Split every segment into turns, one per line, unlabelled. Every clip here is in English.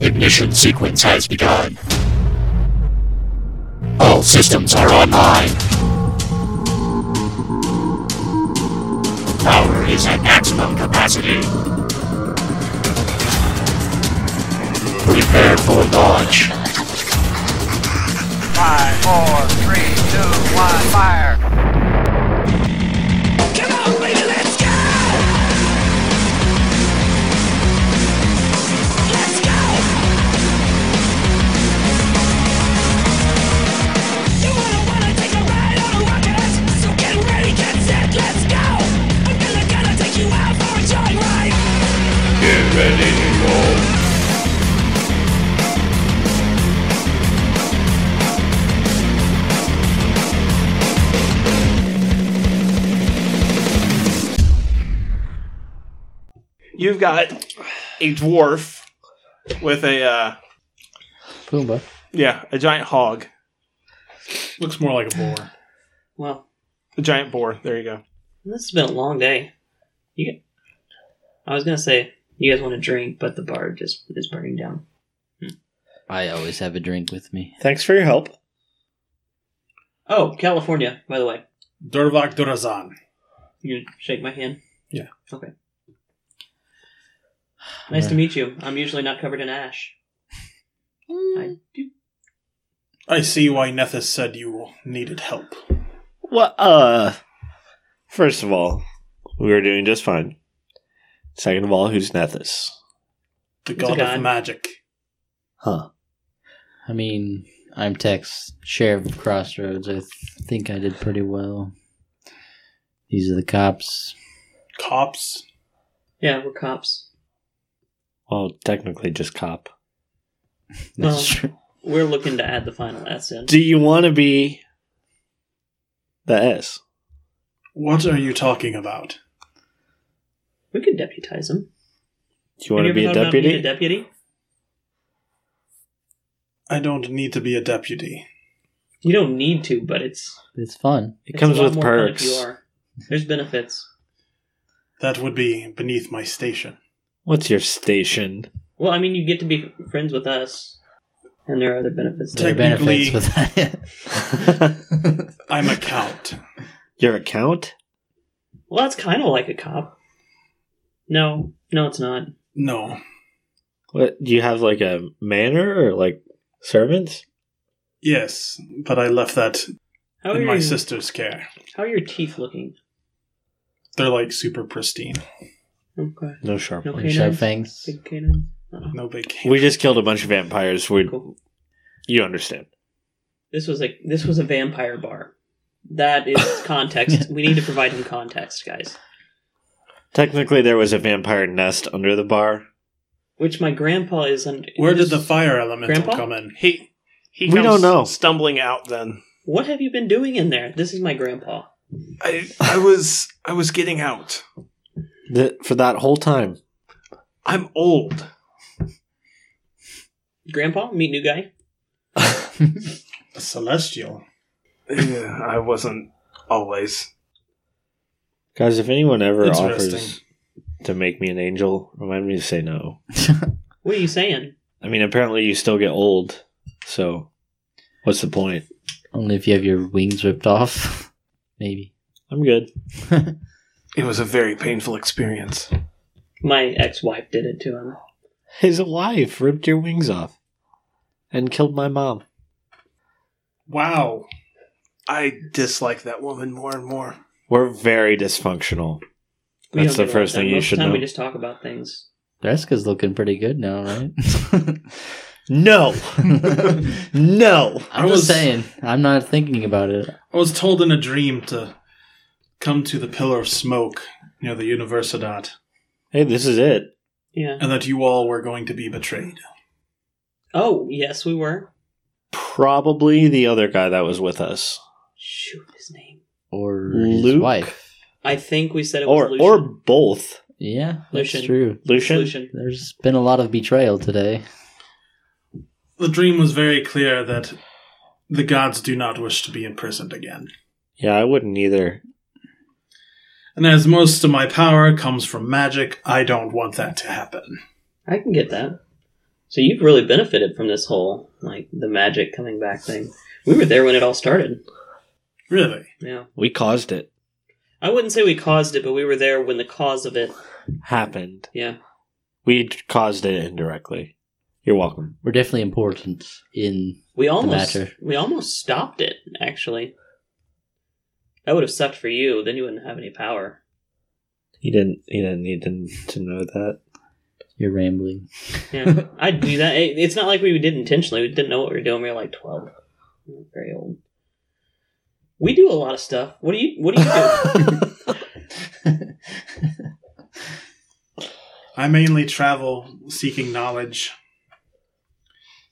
Ignition sequence has begun. All systems are online. Power is at maximum capacity. Prepare for launch.
Five, four, three, two, one, fire!
Get ready to roll.
You've got a dwarf with a uh,
Pumbaa.
yeah, a giant hog,
Looks more like a boar.
Well,
a giant boar. There you go.
this has been a long day. You, I was gonna say you guys want to drink, but the bar just is burning down.
I always have a drink with me.
Thanks for your help.
Oh, California, by the way.
Durvak Durazan.
You gonna shake my hand.
Yeah.
Okay. Nice to meet you. I'm usually not covered in ash. I do.
I see why Nethys said you needed help.
Well, uh, first of all, we were doing just fine. Second of all, who's Nethys?
The
a
god
god.
of magic.
Huh.
I mean, I'm Tex, Sheriff of Crossroads. I th- think I did pretty well. These are the cops.
Cops.
Yeah, we're cops.
Well, technically just cop.
That's
Well.
true.
We're looking to add the final S in.
Do you want to be the S?
What are you talking about?
We could deputize him.
Do you want to
Have
be
you
a
ever thought about being
deputy?
a deputy?
I don't need to be a deputy.
You don't need to, but it's
It's fun.
it
it's
comes
a lot
with
more fun if
perks.
you are. There's benefits.
That would be beneath my station.
What's your station?
Well, I mean, you get to be friends with us, and there are other benefits.
There are
There.
Technically-
benefits with that.
I'm a count.
your account?
Well, that's kind of like a cop. No, no, it's not.
No.
What do you have like a manor or like servants?
Yes, but I left that
How are
in my
your
sister's care.
How are your teeth looking?
They're like super pristine.
Okay,
No sharp.
Oh, no
Or sharp
canines.
fangs.
Big canines. Uh-uh.
No big
We just killed a bunch of vampires. We
Cool.
you understand.
This was a this was a vampire bar. That is context. we need to provide him context, guys.
Technically, there was a vampire nest under the bar.
Which my grandpa is under.
Where did the fire elemental
Grandpa?
come in?
He he.
We
comes
don't know.
Stumbling out then.
What have you been doing in there? This is my grandpa.
I I was I was getting out.
Th- for that whole time.
I'm old.
Grandpa, meet new guy.
A celestial.
Yeah, I wasn't always.
Guys, if anyone ever
Interesting.
offers to make me an angel, remind me to say no.
What are you saying?
I mean, apparently you still get old, so what's the point?
Only if you have your wings ripped off. Maybe.
I'm good.
It was a very painful experience.
My ex-wife did it to him.
His wife ripped your wings off and killed my mom.
Wow.
I dislike that woman more and more.
We're very dysfunctional.
We
That's
don't
the
get along
first thing
that
you
much.
should
Time
know.
We just talk about things.
Dreska's looking pretty good now, right?
No,
I'm
no.
just saying. I'm not thinking about it.
I was told in a dream to come to the Pillar of Smoke near the Universidad,
Hey, this is it.
Yeah.
and that you all were going to be betrayed.
Oh yes, we were.
Probably the other guy that was with us,
Shoot his name.
Or his
Luke?
wife.
I think we said it
or
was
or
Lucian.
both.
Yeah, that's
Lucian.
true.
Lucian.
Lucian.
There's been a lot of betrayal today.
The dream was very clear that the gods do not wish to be imprisoned again.
Yeah, I wouldn't either.
And as most of my power comes from magic, I don't want that to happen.
I can get that. So you've really benefited from this whole like the magic coming back thing. We were there when it all started.
Really?
Yeah,
We caused it.
I wouldn't say we caused it, but we were there when the cause of it.
Happened.
Yeah,
We caused it indirectly. You're welcome.
We're definitely important in
we almost
matter.
we almost stopped it. Actually, that would have sucked for you. Then you wouldn't have any power.
He didn't. He didn't need to- to know that.
your rambling.
Yeah, I'd do that. It- It's not like we did intentionally. We didn't know what we were doing. We were like twelve. We were very old. We do a lot of stuff. What do you What do you do?
I mainly travel seeking knowledge,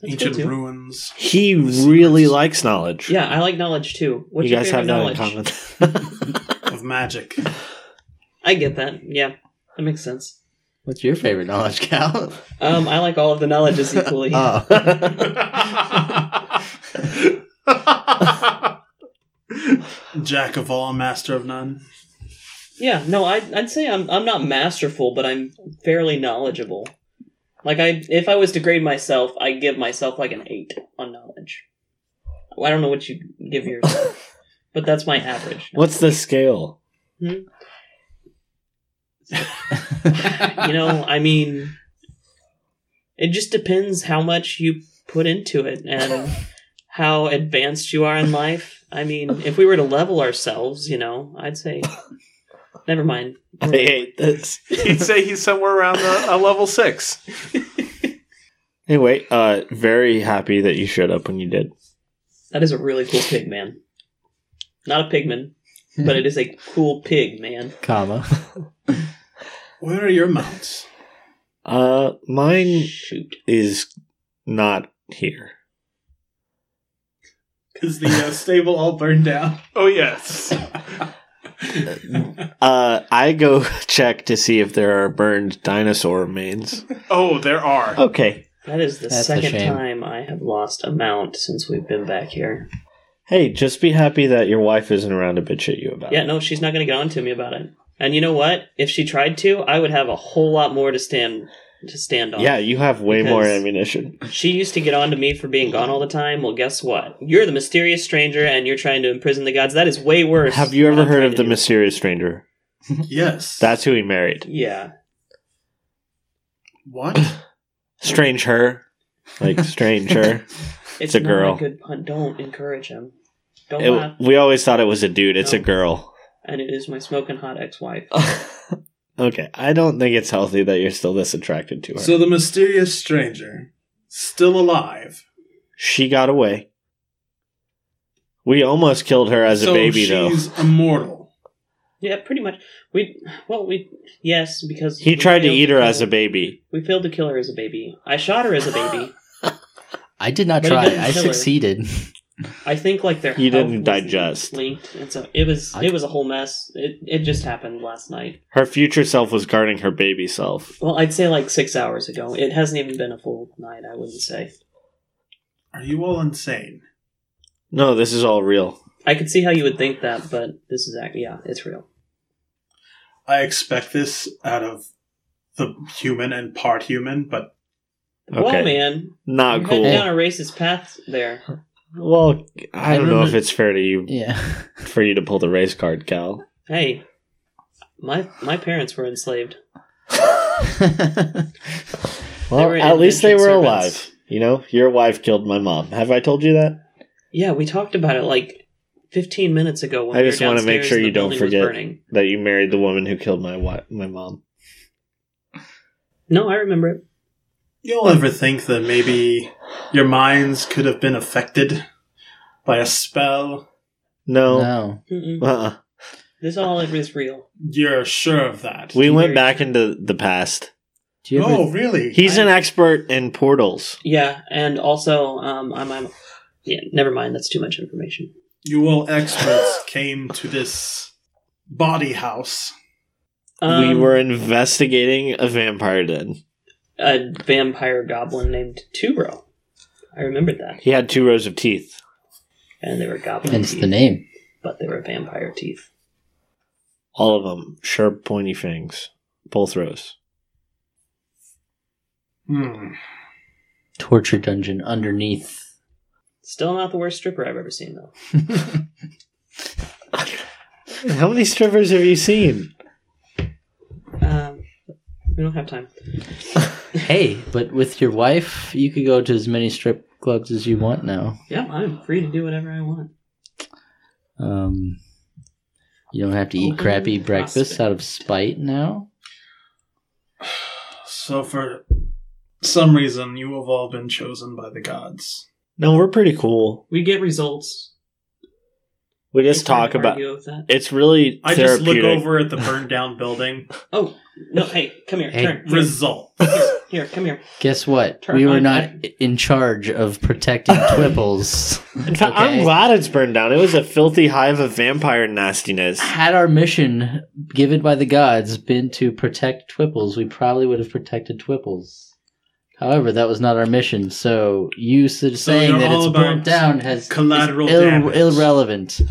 That's
ancient
cool, too.
ruins.
He really likes knowledge.
Yeah, I like knowledge too. What's
you
your
guys
favorite
have that
knowledge?
in common.
of magic.
I get that. Yeah, that makes sense.
What's your favorite knowledge, Cal?
Um, I like all of the knowledges equally.
Uh.
Jack of all, master of none.
yeah, no, I, I'd say I'm I'm not masterful, but I'm fairly knowledgeable. Like I, if I was to grade myself, I give myself like an eight on knowledge. Well, I don't know what you give yourself, but that's my average.
What's the scale?
You know, I mean, it just depends how much you put into it and how advanced you are in life. I mean, if we were to level ourselves, you know, I'd say, never mind.
I hate this.
He'd say he's somewhere around a, a level six.
Anyway, uh, very happy that you showed up when you did.
That is a really cool pig, man. Not a pigman, but it is a cool pig, man.
Comma.
Where are your mounts?
Uh, mine
Shoot.
is not here.
Is the uh, stable all burned down?
Oh yes.
Uh, I go check to see if there are burned dinosaur remains.
Oh, there are.
Okay.
That is the
That's a
second
shame.
time I have lost a mount since we've been back here.
Hey, just be happy that your wife isn't around to bitch at you about
Yeah,
it.
no, she's not going to get on to me about it. And you know what? If she tried to, I would have a whole lot more to stand to stand on.
Yeah, you have way more
Because-
ammunition.
She used to get on to me for being gone all the time. Well, guess what? You're the mysterious stranger and you're trying to imprison the gods. That is way worse.
Have you
than
ever
I'm
heard
trying
of
to
the
do.
mysterious stranger?
Yes.
That's who he married.
Yeah.
what?
Strange her. Like, strange her.
It's,
a
not
girl.
good pun. Don't encourage him. Don't laugh.
It, we always thought it was a dude. It's a
No.
girl.
And it is my smoking hot ex-wife.
okay, I don't think it's healthy that you're still this attracted to her.
So the mysterious stranger, still alive.
she got away. We almost killed her as
so
a baby, though.
she's immortal.
Yeah, pretty much. We well, we yes because
He
we
tried to
failed
eat her
kill-
as a baby.
We failed to kill her as a baby. I shot her as a baby.
I did not
But it
try.
doesn't
I
kill her.
succeeded.
I think like their
You
health
didn't
was
digest.
linked, and so it was
I-
it was a whole mess. It it just happened last night.
Her future self was guarding her baby self.
Well, I'd say like six hours ago. It hasn't even been a full night. I wouldn't say.
Are you all insane?
No, this is all real.
I could see how you would think that, but this is act. Yeah, it's real.
I expect this out of the human and part human, but
Well,
Okay.
man,
Not
you're heading
cool.
down a racist path there.
Well, I
I
don't know if
remember-
it's fair to you
Yeah.
for you to pull the race card, Cal.
Hey, my my parents were enslaved.
Well,
were
at least they were
indentured servants.
alive. You know, your wife killed my mom. Have I told you that?
Yeah, we talked about it like 15 minutes ago. When
I
we
just
want
wanna
to
make sure you don't forget.
Burning.
That you married the woman who killed my wife, my mom.
No, I remember it.
you'll ever think that maybe your minds could have been affected by a spell?
No.
No.
Mm-mm.
Uh-uh.
This all is real.
You're sure of that?
We went
Very-
back into the past.
Do you ever
oh, really?
He's an expert in portals.
Yeah, and also, um, I'm, I'm. Yeah, never mind. That's too much information.
you all experts came to this body house.
Um,
we were investigating a vampire den.
a vampire goblin named Tubro. I remembered that,
He had two rows of teeth.
and they were goblin
Hence
teeth,
the name.
but they were vampire teeth.
All of them sharp, pointy fangs. Both rows.
Hmm.
torture dungeon underneath.
Still not the worst stripper I've ever seen, though.
How many strippers have you seen?
Um, we don't have time.
Hey, but with your wife, you could go to as many strip clubs as you want now.
Yeah, I'm free to do whatever I want.
Um, you don't have to eat
Open
crappy breakfast
prospect.
out of spite now.
So, for some reason, you have all been chosen by the gods.
No, we're pretty cool.
We get results.
We just
I can't
talk about.
argue with that.
It's really
I just
therapeutic.
look over at the burned down building.
Oh no! Hey, come here.
Hey.
Turn. Here,
Result.
here, come here.
Guess what?
Turn
we were
on
not in charge of protecting Twibble's.
In fact, I'm
Okay.
glad it's burned down. It was a filthy hive of vampire nastiness.
Had our mission given by the gods been to protect Twipples, we probably would have protected Twipples. However, that was not our mission, so you s- saying
you're
that
all
it's
about
burnt down has is
collateral
Ill-
damage.
irrelevant.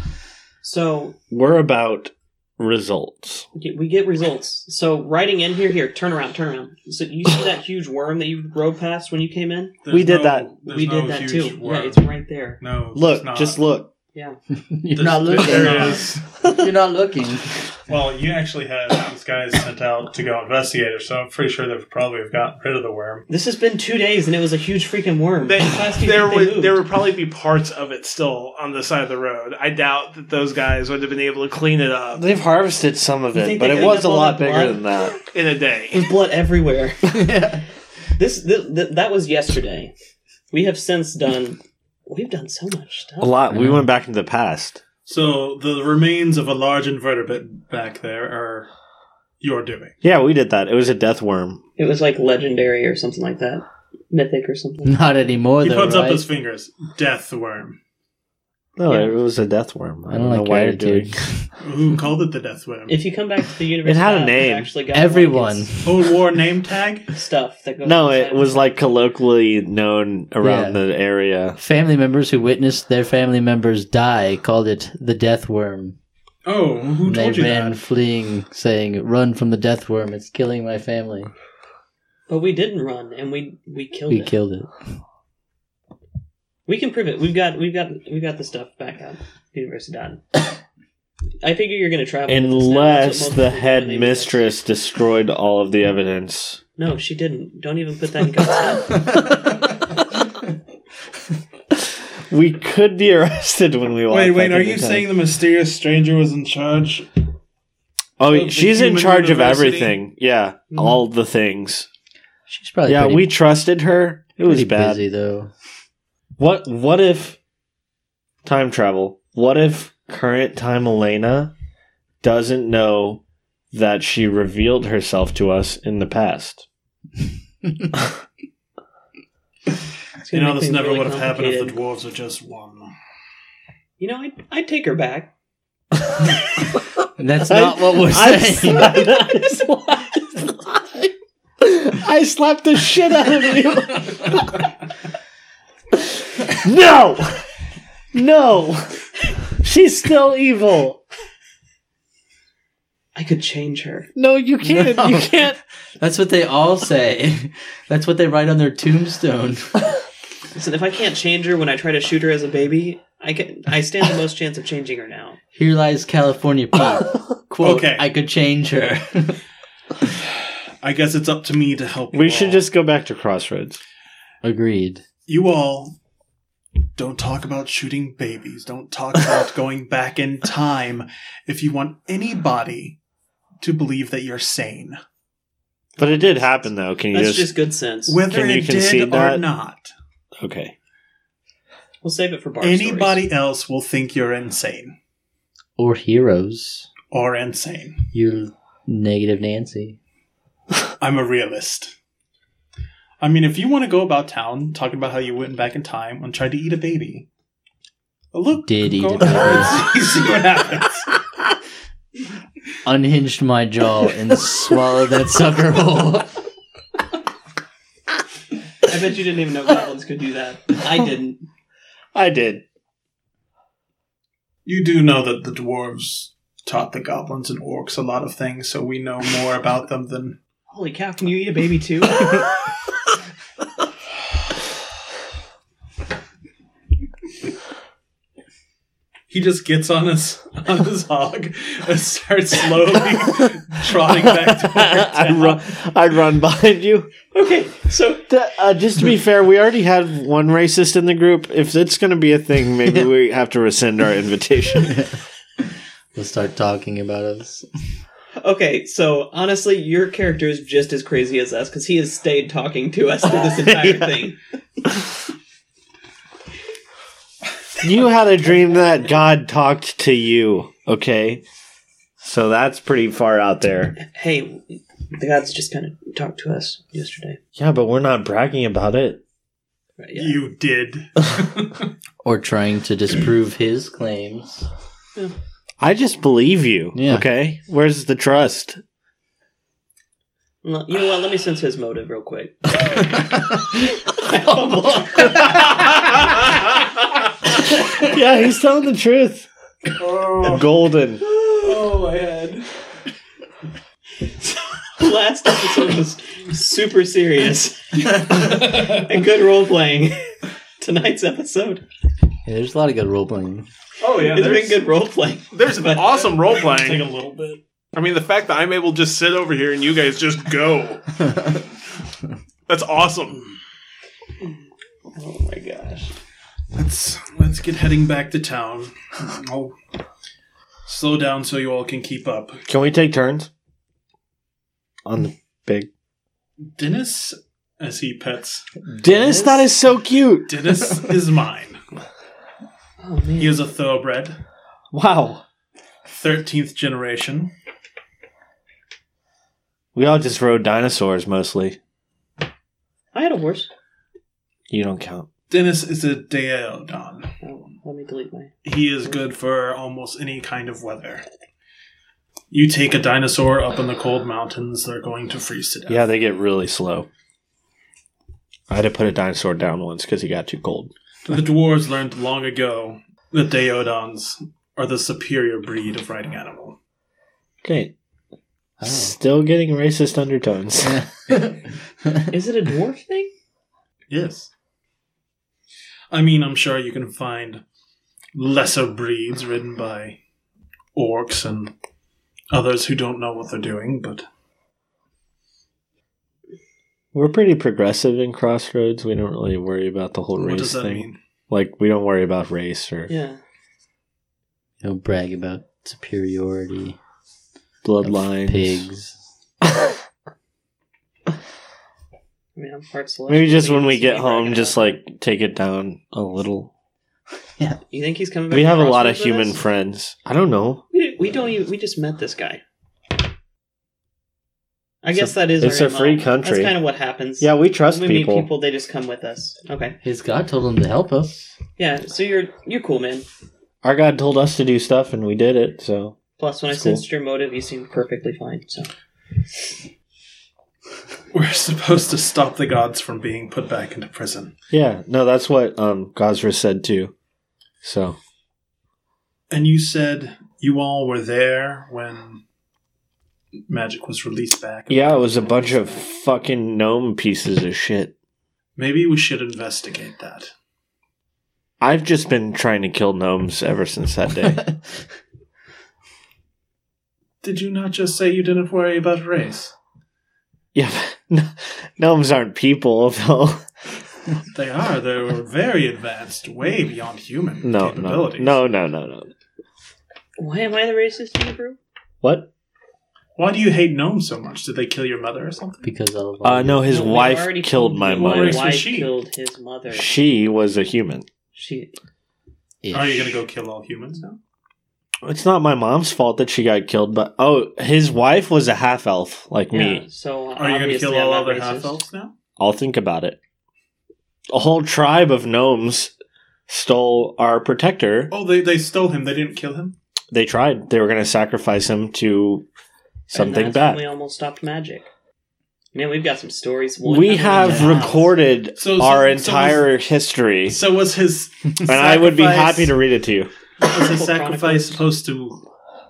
So
We're about results.
Okay, We get results. So writing in here, here, turn around, turn around. So you see that huge worm that you rode past when you came in?
We did that.
there's
we
no
did that
huge
too.
worm.
Yeah, it's right there.
no,
Look,
it's not.
just look.
You're
There's-
not
There
looking.
is.
You're not looking.
Well, you actually had these guys sent out to go investigate it, so I'm pretty sure they probably have gotten rid of the worm.
This has been two days, and it was a huge freaking worm.
They,
How fast do you
there
think they
would
moved?
there would probably be parts of it still on the side of the road. I doubt that those guys would have been able to clean it up
They've harvested some of
You
it,
think
but
they
it
cleaned
was
up
a
all
lot
that
bigger
blood?
than that.
in a day.
There's blood everywhere. This, this th- that was yesterday. We have since done. We've done so much stuff.
A lot. We went back into the past.
So the remains of a large invertebrate back there are your doing.
Yeah, we did that. It was a death worm.
It was like legendary or something like that, mythic or something.
Not anymore,
He
though.
puts up
right?
his fingers. Death worm.
No,
Yeah.
it was a death worm.
I don't like
know why you're
gratitude.
doing.
Who called it the death worm?
If you come back to the universe,
had a
now,
name.
I've actually got
Everyone.
Who wore name tag?
like, stuff that goes.
No,
inside
it
of
was like colloquially known around
Yeah.
the area.
Family members who witnessed their family members die called it the death worm.
Oh, who
they
told you
ran
that?
fleeing, saying, Run from the death worm, it's killing my family.
But we didn't run, and we we killed
We
it.
killed it.
We can prove it. We've got we've got we've got the stuff back on University Dot. I figure you're going to travel. with us now. That's
Unless
what most
the
people do
head
when they-
mistress destroyed all of the evidence.
No, she didn't. Don't even put that in God's name.
We could be arrested when we walk.
Wait, wait,
back
are
into
you
town.
saying the mysterious stranger was in charge?
Oh,
of the
she's in
human
charge
university? Hmm.
of everything. Yeah, all the things.
She's probably
yeah,
pretty,
we trusted her. It was
pretty
bad.
busy, though.
What? What if time travel? What if current time Elena doesn't know that she revealed herself to us in the past?
It's
You
gonna
know,
make
this
things
never
really
would have happened if the
complicated.
dwarves are just one.
You know, I'd, I'd take her back.
That's not what we're
I
saying.
slapped, I, slapped, I slapped the shit out of you. no, no, she's still evil.
I could change her.
No, you can't.
No.
You can't.
That's what they all say. That's what they write on their tombstone.
Listen, if I can't change her when I try to shoot her as a baby, I can. I stand the most chance of changing her now.
Here lies California Pete. Quote,
Okay.
I could change her.
I guess it's up to me to help.
We
you
should
all.
just go back to Crossroads.
Agreed.
You all don't talk about shooting babies. Don't talk about going back in time if you want anybody to believe that you're sane.
But it did happen, though. Can you
That's
just,
just good sense.
Whether
Can you
it
concede
did or
that?
not,
okay?
We'll save it for bar
anybody
stories.
else will think you're insane
Or heroes.
or insane.
You negative Nancy.
I'm a realist. I mean, if you want to go about town talking about how you went back in time and tried to eat a baby, look,
Did eat
go-
a baby.
you see what happens.
Unhinged my jaw and swallowed that sucker whole.
I bet you didn't even know goblins could do that. I didn't.
I did.
You do know that the dwarves taught the goblins and orcs a lot of things, so we know more about them than
Holy cow! Can you eat a baby too?
He just gets on his on his hog and starts slowly trotting back to
I run, I run behind you.
Okay, so
Th- uh, just to be fair, we already had one racist in the group. If it's going to be a thing, maybe we have to rescind our invitation.
We'll start talking about us.
Okay, so honestly, your character is just as crazy as us because he has stayed talking to us through this entire thing.
you had a dream that God talked to you. Okay, so that's pretty far out there.
Hey, the gods just kind of talked to us yesterday.
Yeah, but we're not bragging about it.
Right, yeah.
You did.
Or trying to disprove his claims.
I just believe you.
Yeah.
Okay, where's the trust?
Well, you know what? Let me sense his motive real quick.
yeah, he's telling the truth. Golden.
Oh my head.
Last episode was super serious and good role playing. Tonight's episode,
Yeah, there's a lot of good role playing.
oh yeah,
it's been
there's,
good role playing.
there's an awesome role playing.
Take a little bit.
I mean, the fact that I'm able to just sit over here and you guys just go. That's awesome.
Oh my gosh!
Let's let's get heading back to town. I'll slow down so you all can keep up.
Can we take turns? On the big
Dennis, as he pets,
Dennis, that is so cute.
Dennis is mine.
Oh man,
He is a thoroughbred,
Wow.
thirteenth generation.
We all just rode dinosaurs mostly.
I had a horse.
You don't count.
Dennis is a Deodon.
Oh, let me delete my.
He is good for almost any kind of weather. You take a dinosaur up in the cold mountains, they're going to freeze to death.
Yeah, they get really slow. I had to put a dinosaur down once because he got too cold.
The dwarves learned long ago that Deodons are the superior breed of riding animal.
Okay.
Oh.
Still getting racist undertones.
Is it a dwarf thing?
Yes. I mean, I'm sure you can find lesser breeds ridden by orcs and others who don't know what they're doing, but
We're pretty progressive in Crossroads. We don't really worry about the whole
what
race
does that
thing.
mean?
Like, we don't worry about race or
Yeah.
Don't brag about superiority. of
bloodlines.
Pigs.
I mean, I'm part celestial.
Maybe just when
It's
we get
me
home,
bragging
just
about
like take it down a little.
it. you think he's coming. Back
We
to
have a lot of
Crossroads with
human
us?
friends. I don't know.
We, we don't even. We just met this guy. I guess that is.
it's
our
a free
MO.
country.
That's kind of what happens.
Yeah, we trust
when we
people.
meet people, they just come with us. Okay.
His god told him to help us.
Yeah. So you're you're cool, man.
Our God told us to do stuff, and we did it. So
Plus, when
That's
I
cool.
sensed your motive, you seemed perfectly fine. So
We're supposed to stop the gods from being put back into prison.
yeah, no, that's what um Gosra said too. So
And you said you all were there when magic was released back.
yeah, it was a bunch of fucking gnome pieces of shit.
Maybe we should investigate that.
I've just been trying to kill gnomes ever since that day.
Did you not just say you didn't worry about race?
yeah, but gn- gnomes aren't people though.
They are. They were very advanced, way beyond human
No, no,
capabilities.
no, no, no, no.
why am I the racist in the group?
What?
Why do you hate gnomes so much? Did they kill your mother or something?
Because all of
Uh, no, his
No, we
wife
already
killed
told
my
you your
mother.
Race was
Wife
she?
killed his mother.
She was a human.
She.
Are you going to go kill all humans now?
It's not my mom's fault that she got killed, but oh, his wife was a half elf like
Yeah.
me.
So
Are you going to
obviously
kill all
I'm not
other
racist.
half elves now?
I'll think about it. A whole tribe of gnomes stole our protector.
Oh, they, they stole him. They didn't kill him?
They tried. They were going to sacrifice him to something
and that's when We
bad.
almost stopped magic. Man, we've got some stories. One
We
other
have
than that.
recorded
So- so-
our
so
entire history,
So was his.
and I would be happy to read it to you.
Was his
Chronicles.
sacrifice supposed to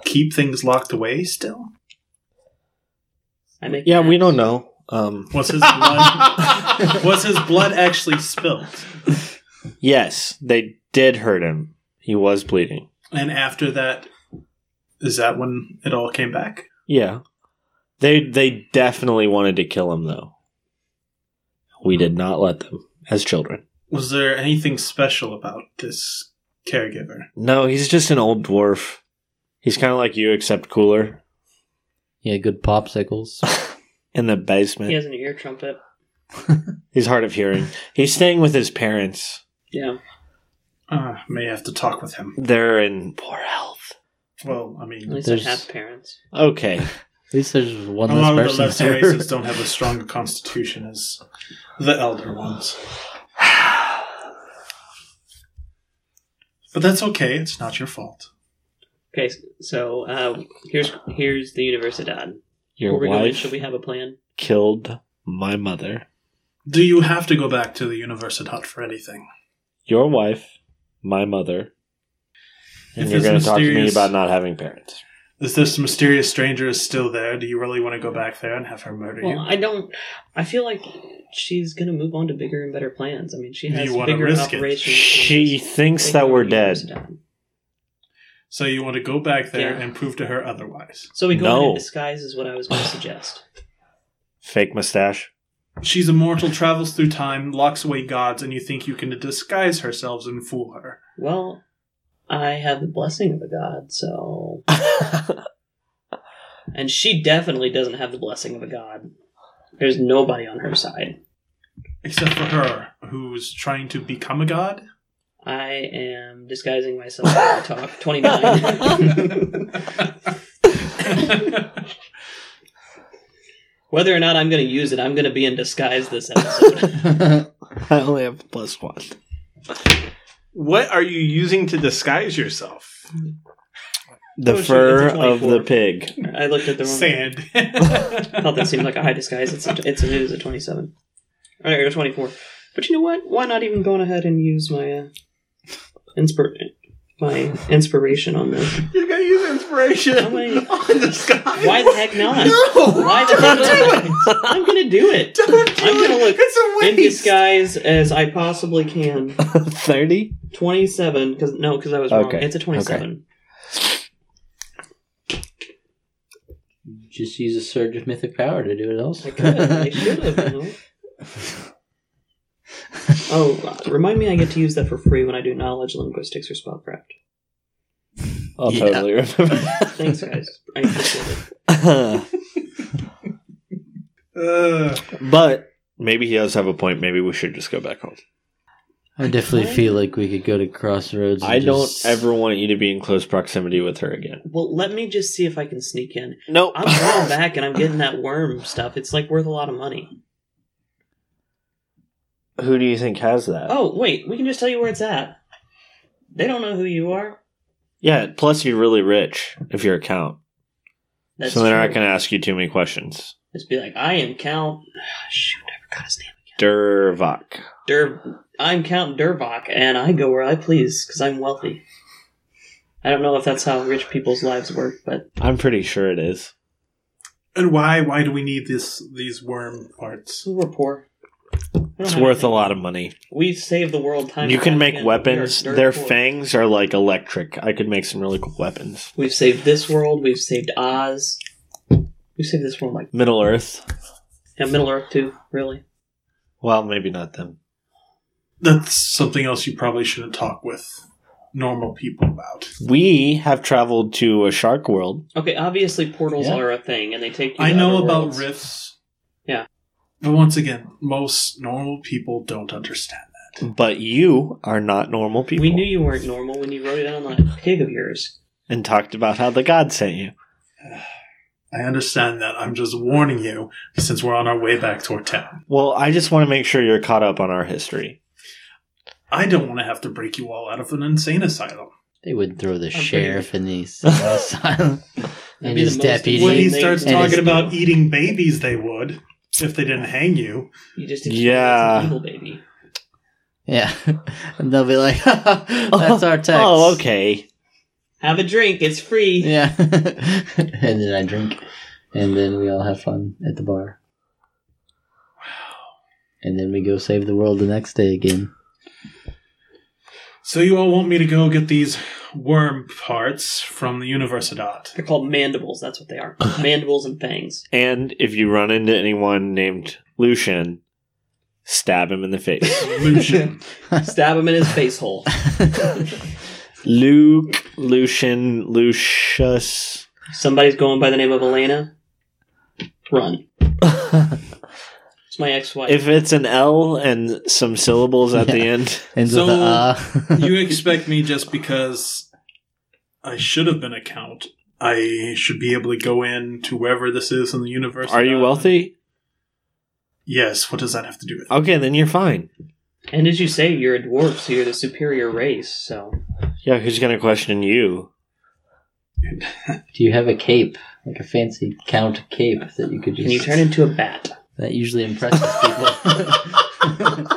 keep things locked away still?
I make
Yeah, we
maps.
don't know. Um,
Was his blood was his blood actually spilt?
yes, they did hurt him. He was bleeding.
And after that, is that when it all came back?
Yeah. They they definitely wanted to kill him though. We did not let them as children.
Was there anything special about this caregiver?
No, he's just an old dwarf. He's kind of like you except cooler
Yeah, good popsicles.
in the basement.
He has an ear trumpet.
He's hard of hearing. He's staying with his parents.
Yeah.
Uh, may have to talk with him.
They're in poor health.
Well, I
At
mean,
least I
There's-
have parents.
Okay.
At least there's
a
one
lot of
less
the
person
lesser
there.
races don't have as strong a constitution as the elder ones. But that's okay. It's not your fault.
Okay, so uh, here's here's the Universidad.
Your
Where we're going,
wife
should we have a plan?
killed my mother.
Do you have to go back to the Universid Hut for anything?
Your wife, my mother. And
If
you're
it's
going to talk to me
mysterious-
about not having parents.
Is this mysterious stranger is still there? Do you really want to go back there and have her murder
Well,
you?
I don't. I feel like she's gonna move on to bigger and better plans. I mean, she
Do
has
you wanna
bigger
risk it?
operations. than
She
just
thinks
taking
that
over
we're
the
dead.
Universidad.
So you want to go back there
Yeah.
and prove to her otherwise.
So we go
No.
in disguise is what I was going to suggest.
Fake mustache.
She's immortal, travels through time, locks away gods, and you think you can disguise herselves and fool her.
Well, I have the blessing of a god, so. and she definitely doesn't have the blessing of a god. There's nobody on her side.
Except for her, who's trying to become a god.
I am disguising myself while I talk. 29. Whether or not I'm going to use it, I'm going to be in disguise this episode.
I only have plus one.
What are you using to disguise yourself?
The
Oh, shit,
fur
it's a
of the
24.
pig.
I looked at the wrong.
Sand.
I thought that seemed like a high disguise. It's a, it's a, it is a 27. Or no, 24. But you know what? Why not even go on ahead and use my uh, inspir- my inspiration on this?
You're gonna use inspiration
How many-
on disguise.
Why the heck not? Why the
Don't
heck
do
not? I'm gonna do it.
Don't do
I'm gonna
it.
look
It's a waste.
in disguise as I possibly can.
30?
27, because no, because I was wrong.
Okay.
It's a 27.
Just use a surge of mythic power to do it also.
I could have. I should have. You know? Oh, uh, remind me, I get to use that for free when I do knowledge, linguistics, or spellcraft.
I'll
Yeah.
totally remember.
Thanks, guys. I appreciate it.
Ugh.
but maybe he does have a point. Maybe we should just go back home.
I definitely feel like we could go to Crossroads. and
I don't
just-
ever want you to be in close proximity with her again.
Well, let me just see if I can sneak in.
Nope.
I'm going back and I'm getting that worm stuff. It's like worth a lot of money.
Who do you think has that?
Oh, wait, we can just tell you where it's at. They don't know who you are.
Yeah, plus you're really rich if you're a count.
That's
so they're not
true.
going to ask you too many questions.
Just be like, I am Count. Shoot, I forgot his name.
Dervok.
Dur. I'm Count Durvok, and I go where I please because I'm wealthy. I don't know if that's how rich people's lives work, but
I'm pretty sure it is.
And why? Why do we need this? These worm parts.
we're poor. We don't
It's
have
worth a
anything.
lot of money.
We've saved the world time.
You
and
can
time
make
again.
weapons.
We are dirt
Their
poor.
fangs are like electric. I could make some really cool weapons.
We've saved this world. We've saved Oz. We've saved this world like
Middle Earth.
yeah, Middle Earth too. Really,
Well, maybe not them.
That's something else you probably shouldn't talk with normal people about.
We have traveled to a shark world.
Okay, obviously portals
Yeah.
are a thing, and they take. You
I
to
know
other
about
worlds.
rifts.
Yeah.
But once again, most normal people don't understand that.
But you are not normal people.
We knew you weren't normal when you wrote it on that pig of yours.
and talked about how the god sent you.
I understand that. I'm just warning you since we're on our way back toward town.
Well, I just want to make sure you're caught up on our history.
I don't want to have to break you all out of an insane asylum.
They would throw the
pretty-
sheriff in the asylum
That'd be
and
the
his
most
deputy.
When he
They-
starts
and
talking
it's-
about eating babies, they would. If they didn't hang you.
You just
Yeah.
yeah, evil baby.
Yeah, and they'll be like, "That's our text."
Oh, okay.
Have a drink. It's free.
Yeah, and then I drink, and then we all have fun at the bar. And then we go save the world the next day again.
So you all want me to go get these worm parts from the Universidad.
They're called mandibles. That's what they are. mandibles and fangs.
And if you run into anyone named Lucian, stab him in the face.
Lucian.
Stab him in his face hole.
Luke, Lucian, Lucius.
Somebody's going by the name of Elena. Run. it's my ex-wife.
If it's an L and some syllables at the
Yeah.
end,
Ends
So,
with a uh.
you expect me just because I should have been a count. I should be able to go in to wherever this is in the universe.
are
uh,
you wealthy?
Yes. What does that have to do with it?
Okay, then you're fine.
and as you say, you're a dwarf, so you're the superior race. So
Yeah, who's gonna question you?
Do you have a cape, like a fancy count cape that you could just?
can you turn into a bat?
that usually impresses people.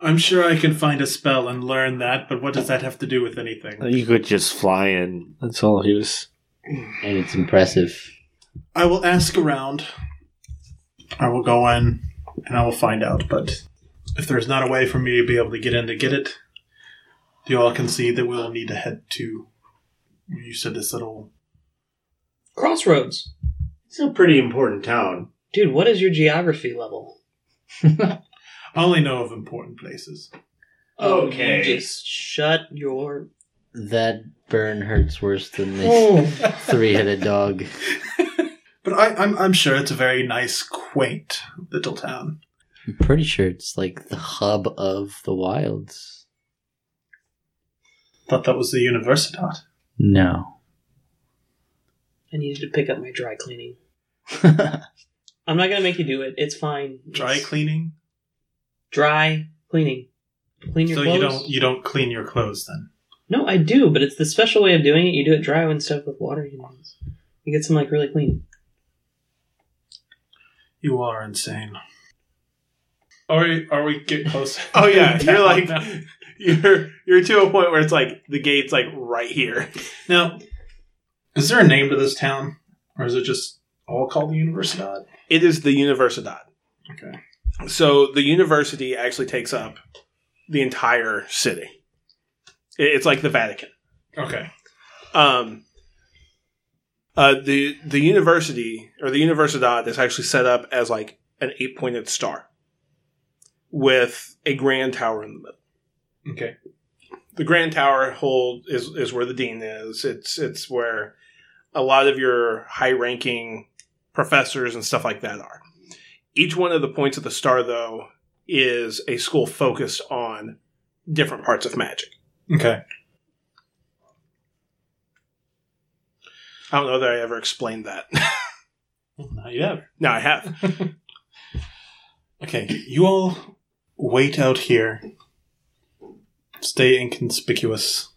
I'm sure I can find a spell and learn that, but what does that have to do with anything?
You could just fly in. That's all he was.
and it's impressive.
I will ask around. I will go in and I will find out, but if there's not a way for me to be able to get in to get it, you all can see that we'll need to head to. You said this little.
Crossroads,
It's a pretty important town.
dude. What is your geography level?
I only know of important places.
Oh, you
Okay.
just shut your.
That burn hurts worse than the
Oh.
three-headed dog.
But I, I'm, I'm sure it's a very nice, quaint little town.
I'm pretty sure it's like the hub of the wilds.
Thought that was the Universitat.
No.
I needed to pick up my dry cleaning. I'm not gonna make you do it. It's fine.
Dry
It's
cleaning,
Dry cleaning. Clean your
so
clothes.
you don't you don't clean your clothes then.
No, I do, but it's the special way of doing it. You do it dry and stuff with water. You know, you get some like really clean.
You are insane. Are we, are we get close?
Oh yeah, you're like
now,
you're you're to a point where it's like the gate's like right here.
Is there a name to this town, or is it just all called the Universidad?
It is the Universidad.
Okay.
So the university actually takes up the entire city. It- It's like the Vatican.
Okay.
Um, uh, the the university or the Universidad is actually set up as like an eight pointed star with a grand tower in the middle.
Okay.
The grand tower hold is is where the dean is. It's it's where a lot of your high ranking professors and stuff like that are. Each one of the points of the star though is a school focused on different parts of magic.
Okay.
I don't know that I ever explained that.
Well, now you have. it.
no, I have.
Okay. You all wait out here. Stay inconspicuous.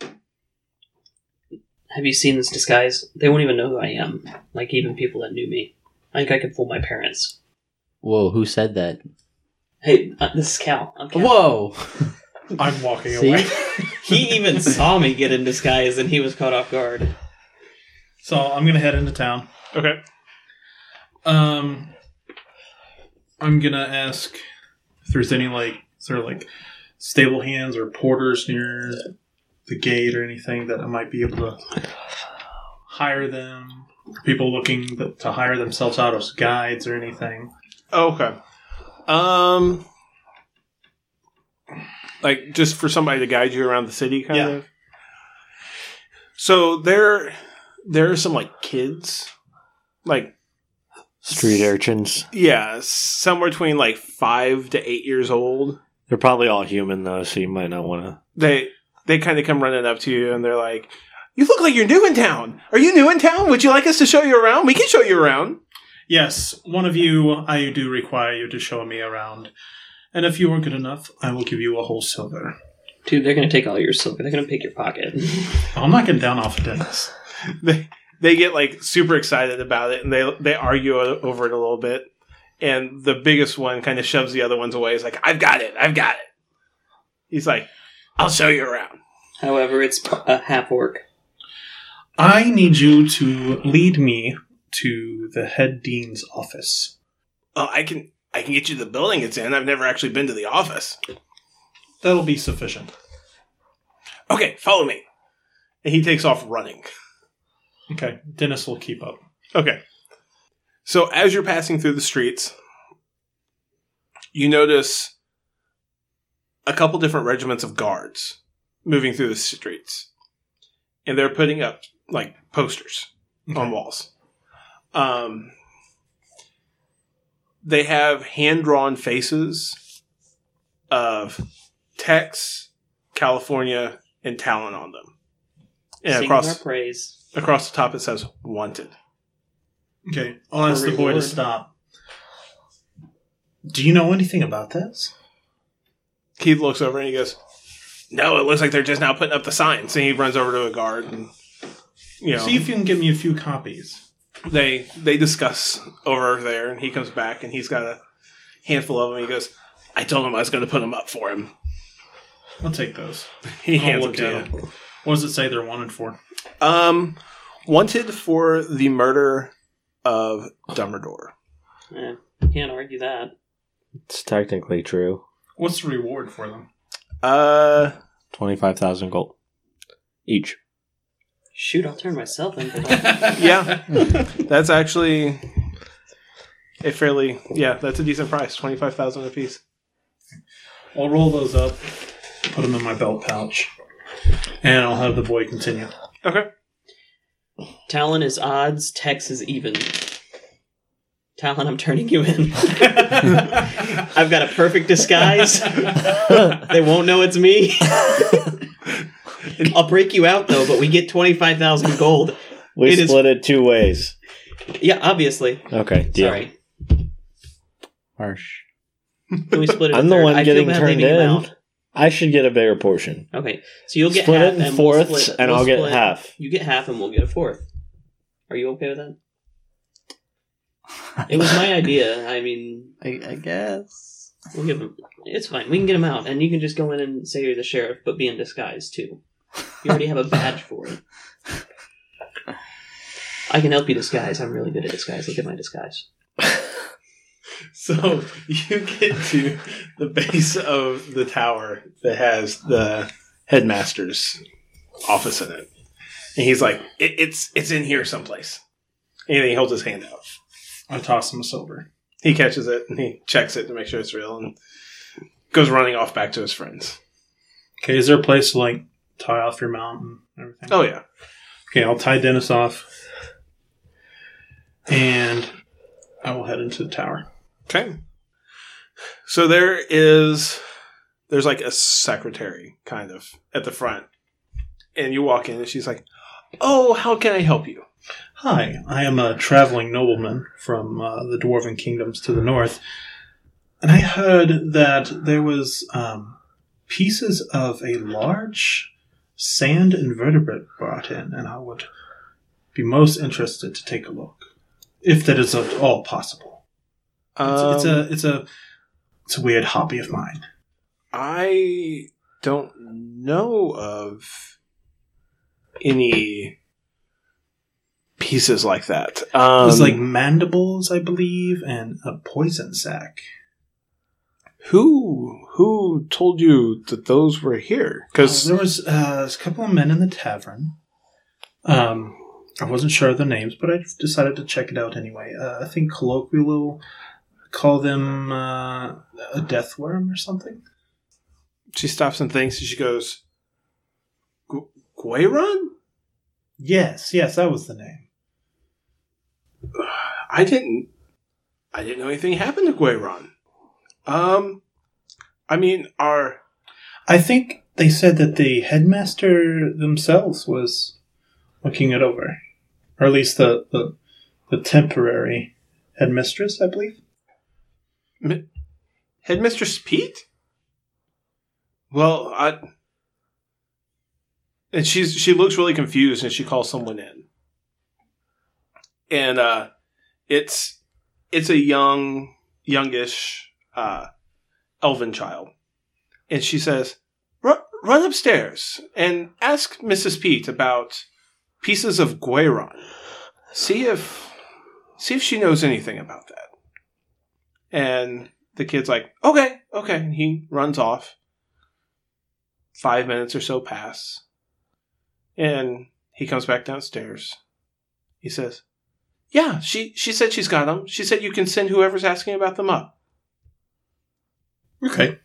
Have you seen this disguise? They won't even know who I am. Like even people that knew me. I think I could fool my parents.
Whoa, who said that?
Hey, uh, this is Cal. I'm Cal.
Whoa!
I'm walking
See?
away.
He even saw me get in disguise, and he was caught off guard.
So I'm gonna head into town.
Okay.
Um, I'm gonna ask if there's any like sort of like stable hands or porters near the gate or anything that I might be able to hire them. People looking th- to hire themselves out as guides or anything.
Oh, Okay. Um like just for somebody to guide you around the city kind
Yeah.
of. So there there are some like kids like
Street urchins.
yeah, somewhere between like 5 to 8 years old.
They're probably all human though, so you might not want to.
They they kind of come running up to you and they're like, "You look like you're new in town. Are you new in town? Would you like us to show you around? We can show you around."
Yes, one of you, I do require you to show me around. And if you are good enough, I will give you a whole silver.
Dude, they're gonna take all your silver. They're gonna pick your pocket.
I'm not getting down off of Dennis.
they they get like super excited about it and they they argue o- over it a little bit and the biggest one kind of shoves the other ones away he's like i've got it i've got it he's like i'll show you around
However, it's a half orc.
I need you to lead me to the head dean's office.
oh i can i can get you the building it's in i've never actually been to the office
That'll be sufficient.
Okay, follow me. And he takes off running.
Okay, Dennis will keep up.
Okay. So as you're passing through the streets, you notice a couple different regiments of guards moving through the streets. And they're putting up like posters on walls. Um, they have hand drawn faces of Tex, California, and Talon on them. And
Sing
across
our praise.
across the top it says wanted.
Okay, I'll ask the boy to
Reward.
stop. Do you know anything about this?
Keith looks over and he goes, "No, it looks like they're just now putting up the signs." And he runs over to a guard and you know
See if you can give me a few copies.
they they discuss over there. And he comes back and he's got a handful of them. He goes, "I told him I was going to put them up for him."
I'll take those.
He
I'll
hands them
look
to
at
him.
them. What does it say they're wanted for?
Um, wanted for the murder of Dumbledore.
Eh, can't argue that.
It's technically true.
What's the reward for them?
Uh,
25,000 gold each.
Shoot, I'll turn myself in. But
yeah, that's actually a fairly yeah, that's a decent price twenty five thousand apiece.
I'll roll those up, put them in my belt pouch, and I'll have the boy continue.
Okay,
Talon is odds, Tex is even. Talon, I'm turning you in. I've got a perfect disguise. they won't know it's me. I'll break you out though, but we get twenty five thousand gold.
We
It is-
split it two ways.
Yeah, obviously.
Okay, deal.
Sorry.
Harsh.
Can we split it? a
I'm the
third?
one
I feel
getting
bad
turned
leaving him
in.
out.
I should get a bigger portion.
Okay, so you'll get
split
half
it in
and we'll
fourths,
split-
and
we'll
I'll get
split-
half.
You get half, and we'll get a fourth. Are you okay with that? It was my idea. I mean,
I, I guess.
we'll give him. It's fine. We can get him out, and you can just go in and say you're the sheriff, but be in disguise too. You already have a badge for it. I can help you disguise. I'm really good at disguise. Look at my disguise.
so you get to the base of the tower that has the headmaster's office in it, and he's like, it, "It's it's in here someplace." And he holds his hand out.
I toss him a silver.
He catches it and he checks it to make sure it's real, and goes running off back to his friends.
Okay, is there a place to like tie off your mount and everything?
Oh yeah,
Okay, I'll tie Dennis off, and I will head into the tower.
Okay. So there is there's like a secretary kind of at the front. And you walk in and she's like, "Oh, how can I help you?"
Hi, I am a traveling nobleman from uh, the Dwarven Kingdoms to the north, and I heard that there was um, pieces of a large sand invertebrate brought in, and I would be most interested to take a look, if that is at all possible. It's, it's
Um,
a it's a it's a weird hobby of mine.
I don't know of any pieces like that. Um
There's like mandibles, I believe, and a poison sac.
who who told you that those were here? Cuz
Uh, there was uh, a couple of men in the tavern. Um, I wasn't sure of their names, but I decided to check it out anyway. Uh, I think colloquially will call them uh, a death worm or something.
she stops and thinks and she goes, "Gu- "Guiron?
Yes, yes, that was the name.
I didn't I didn't know anything happened to Guiron. Um I mean our
I think they said that the headmaster themselves was looking it over, or at least the the, the temporary headmistress, I believe.
mi- headmistress Pete? Well, I and she's she looks really confused and she calls someone in. And uh it's it's a young youngish uh elven child. And she says, "Ru- "Run upstairs and ask Mrs. Pete about pieces of Gueron. See if see if she knows anything about that." And the kid's like, okay, okay. And he runs off. Five minutes or so pass, and he comes back downstairs. He says, "Yeah, she she said she's got them. She said you can send whoever's asking about them up."
Okay.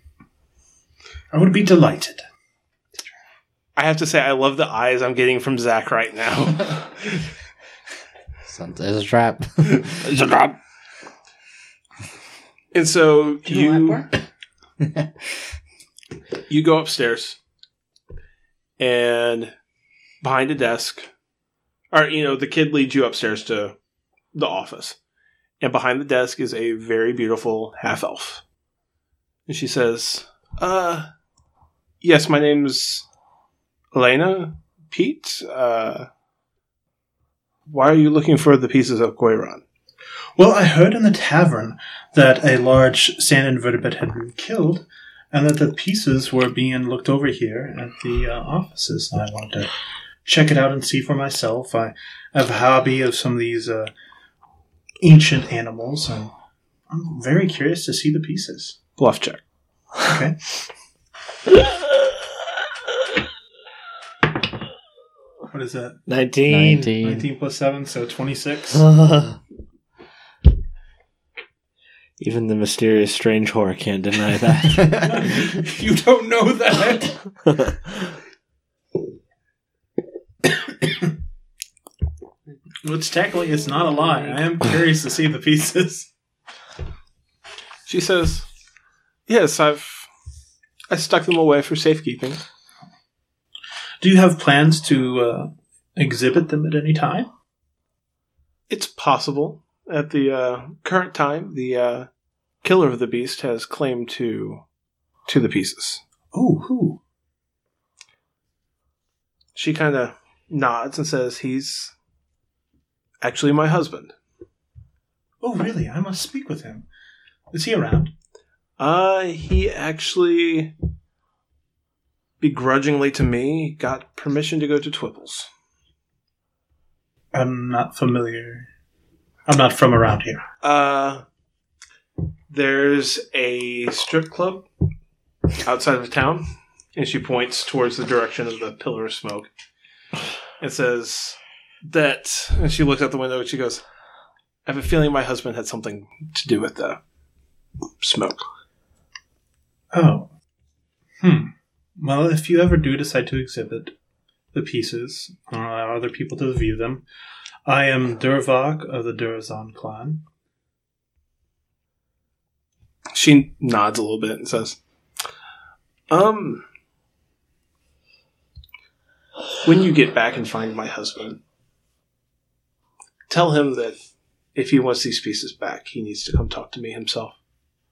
I would be delighted.
I have to say, I love the eyes I'm getting from Zach right now.
Sounds as a trap.
And so you you,
work?
go upstairs and behind a desk or you know the kid leads you upstairs to the office and behind the desk is a very beautiful half elf and she says uh yes my name's elena pete uh why are you looking for the pieces of Guiran?
Well, I heard in the tavern that a large sand invertebrate had been killed, and that the pieces were being looked over here at the uh, offices. I wanted to check it out and see for myself. I have a hobby of some of these uh, ancient animals, and I'm very curious to see the pieces.
Bluff check.
Okay. What is that?
19.
19 plus 7, so 26.
Even the mysterious strange whore can't deny that.
you don't know that. Which technically is not a lie. I am curious to see the pieces.
She says, "Yes, I've I stuck them away for safekeeping.
Do you have plans to uh, exhibit them at any time?
It's possible at the uh, current time the uh, killer of the beast has claim to to the pieces."
Oh, who?
She kind of nods and says, "He's actually my husband.
Oh, really? I must speak with him. Is he around?
Uh, he actually." Begrudgingly to me, got permission to go to Twipples.
I'm not familiar. I'm not from around here.
Uh, there's a strip club outside of town, and she points towards the direction of the pillar of smoke. It says that, and she looks out the window and she goes, "I have a feeling my husband had something to do with the smoke."
Oh. Hmm. Well, if you ever do decide to exhibit the pieces and allow other people to view them, I am Durvok of the Durazan clan.
She nods a little bit and says, "Um, when you get back and find my husband, tell him that if he wants these pieces back, he needs to come talk to me himself."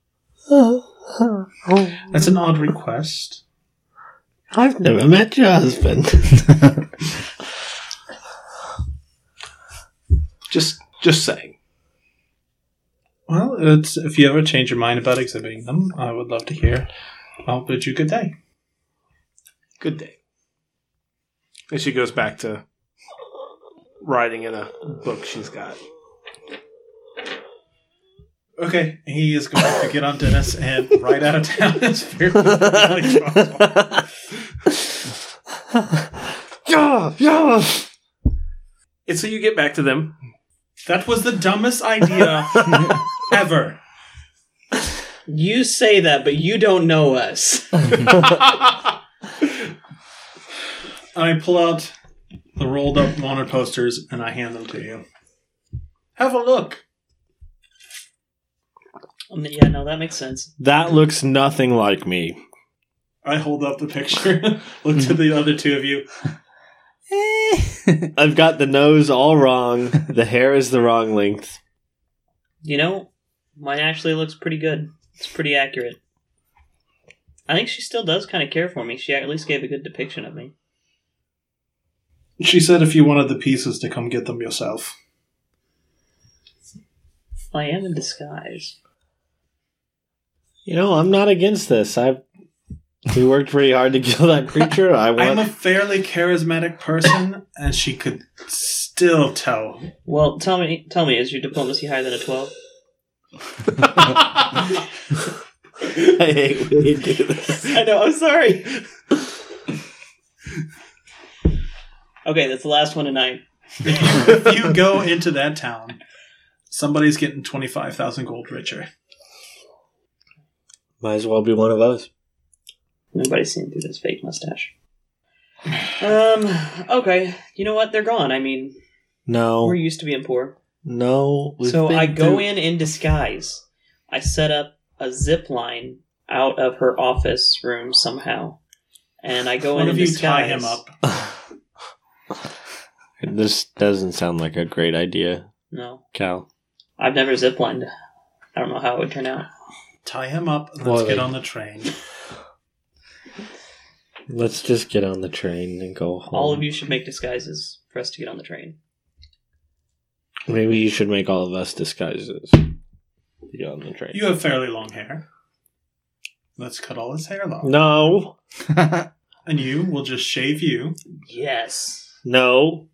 That's an odd request.
I've never met your husband.
Just, just saying.
Well, it's, if you ever change your mind about exhibiting them, I would love to hear. I'll bid you good day.
Good day. And she goes back to writing in a book she's got.
Okay, he is going to get on Dennis and ride out of town as very quickly as possible.
yeah, yeah.
And so you get back to them.
That was the dumbest idea ever.
You say that, but you don't know us.
I pull out the rolled up wanted posters and I hand them to you. Have a look.
Um, yeah, no, that makes sense.
That looks nothing like me.
I hold up the picture, look
Mm-hmm.
to the other two of you.
I've got the nose all wrong. The hair is the wrong length.
You know, mine actually looks pretty good. It's pretty accurate. I think she still does kind of care for me. She at least gave a good depiction of me.
She said if you wanted the pieces to come get them yourself.
I am in disguise.
You know, I'm not against this. I we worked pretty hard to kill that creature. I
I'm
want.
a fairly charismatic person, and she could still tell.
Well, tell me, tell me, is your diplomacy higher than a twelve?
I hate when you do this.
I know. I'm sorry. Okay, that's the last one tonight.
if you go into that town, somebody's getting twenty five thousand gold richer.
Might as well be one of us.
Nobody's seen through this fake mustache. Um. Okay. You know what? They're gone. I mean,
No,
we're used to being poor.
no.
Oh. We've
so
been
I go
through-
in in disguise. I set up a zip line out of her office room somehow, and I go
One
in in
of you tie
disguise.
him up.
This doesn't sound like a great idea,
No,
Cal.
I've never zip lined. I don't know how it would turn out.
Tie him up. And let's
Boiling.
get on the train.
Let's just get on the train and go home.
Oh.
All of you should make disguises for us to get on the train.
Maybe you should make all of us disguises. to Get on the train.
You have fairly long hair. Let's cut all his hair off,
no,
and you will just shave you.
Yes,
no,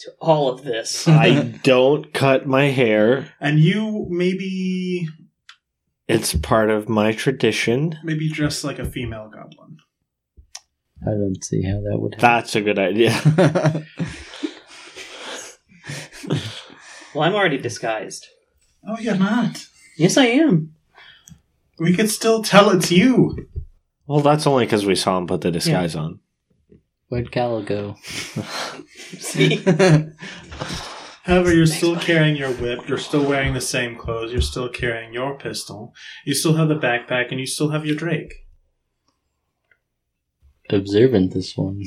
to all of this.
I don't cut my hair.
And you maybe
It's part of my tradition.
maybe dress like a female goblin.
I don't see how that would happen.
That's a good idea.
Well, I'm already disguised.
Oh, you're not.
Yes, I am.
We could still tell it's you.
Well, that's only because we saw him put the disguise on.
Where'd Cal go?
See,
However, you're still carrying your whip. You're still wearing the same clothes. You're still carrying your pistol. You still have the backpack, and you still have your drake.
Observant this one.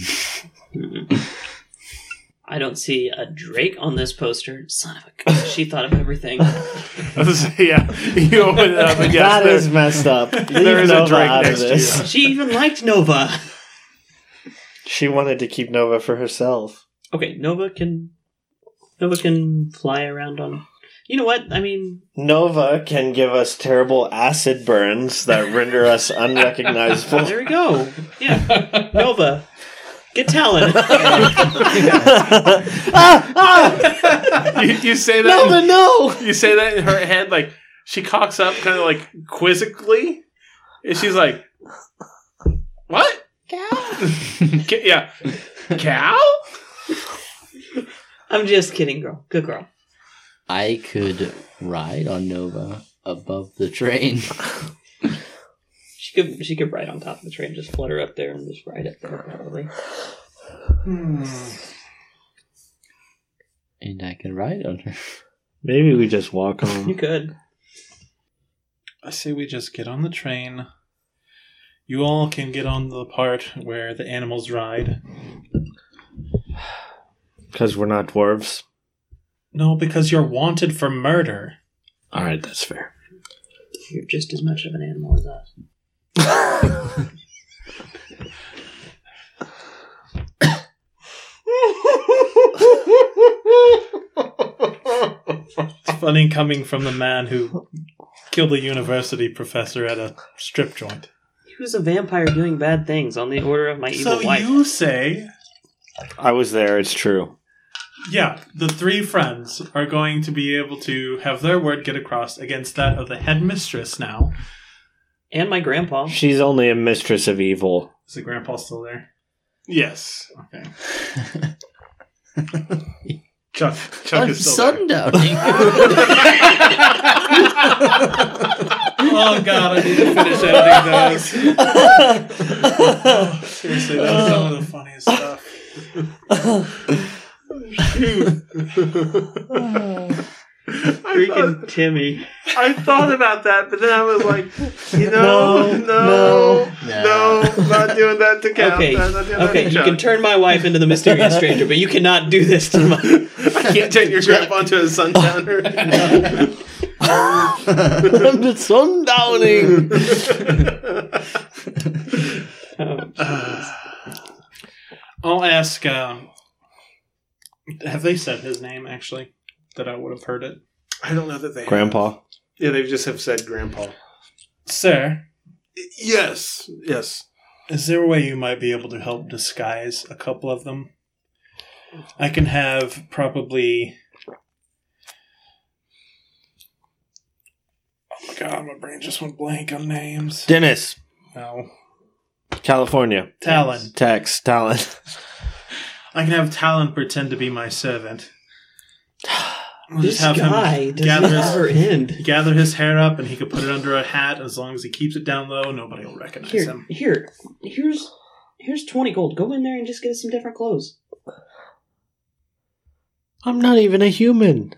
I don't see a Drake on this poster. Son of a. gun. She thought of everything.
yeah, you open it up and yes,
that
there-
is messed up.
there is a Drake next to you.
She even liked Nova.
She wanted to keep Nova for herself.
Okay, Nova can Nova can fly around on. You know what? I mean,
Nova can give us terrible acid burns that render us unrecognizable.
there we go. Yeah, Nova, get Talon.
You, you say that.
Ah, Nova, no!
You say that in her head, like she cocks up, kind of like quizzically, and she's like, "What? Cow? yeah, cow?
I'm just kidding, girl. Good girl.
I could ride on Nova above the train.
She could she could ride on top of the train, just flutter up there and just ride up there probably.
Hmm.
and I can ride on her.
Maybe we just walk
You
home.
could.
I say we just get on the train. You all can get on the part where the animals ride.
Because we're not dwarves.
No, because you're wanted for murder.
Alright, that's fair.
You're just as much of an animal as us.
It's funny coming from the man who killed a university professor at a strip joint.
He was a vampire doing bad things on the order of my evil
So
wife.
you say,
I was there, it's true.
yeah, the three friends are going to be able to have their word get across against that of the headmistress now.
And my grandpa.
She's only a mistress of evil.
Is the grandpa still there?
Yes,
Okay.
Chuck. Chuck is still there.
sundowning.
Oh god, I need to finish editing those. Oh, Seriously, that was some of the funniest stuff.
Freaking Timmy.
I thought about that, but then I was like, you know, no, no, no, not doing that to Cal.
Okay,
Not doing that
okay,
to
you
Chuck.
can turn my wife into the mysterious stranger, but you cannot do this to my
I can't turn your grip onto a sundowner.
I'm the sundowning.
Oh,
Uh, I'll ask. Um, have they said his name actually? That I would have heard it,
I don't know that they.
Grandpa.
Yeah, they just have said grandpa.
sir.
Yes, yes.
Is there a way you might be able to help disguise a couple of them? I can have probably. Oh my god, my brain just went blank on names.
Dennis,
No,
California.
Talon.
Tex, Talon.
I can have Talon pretend to be my servant. We'll
This guy does
gather his,
never end.
gather his hair up, and he could put it under a hat. As long as he keeps it down low, nobody will recognize
Here,
him.
here, here's here's twenty gold. Go in there and just get us some different clothes.
I'm not even a human.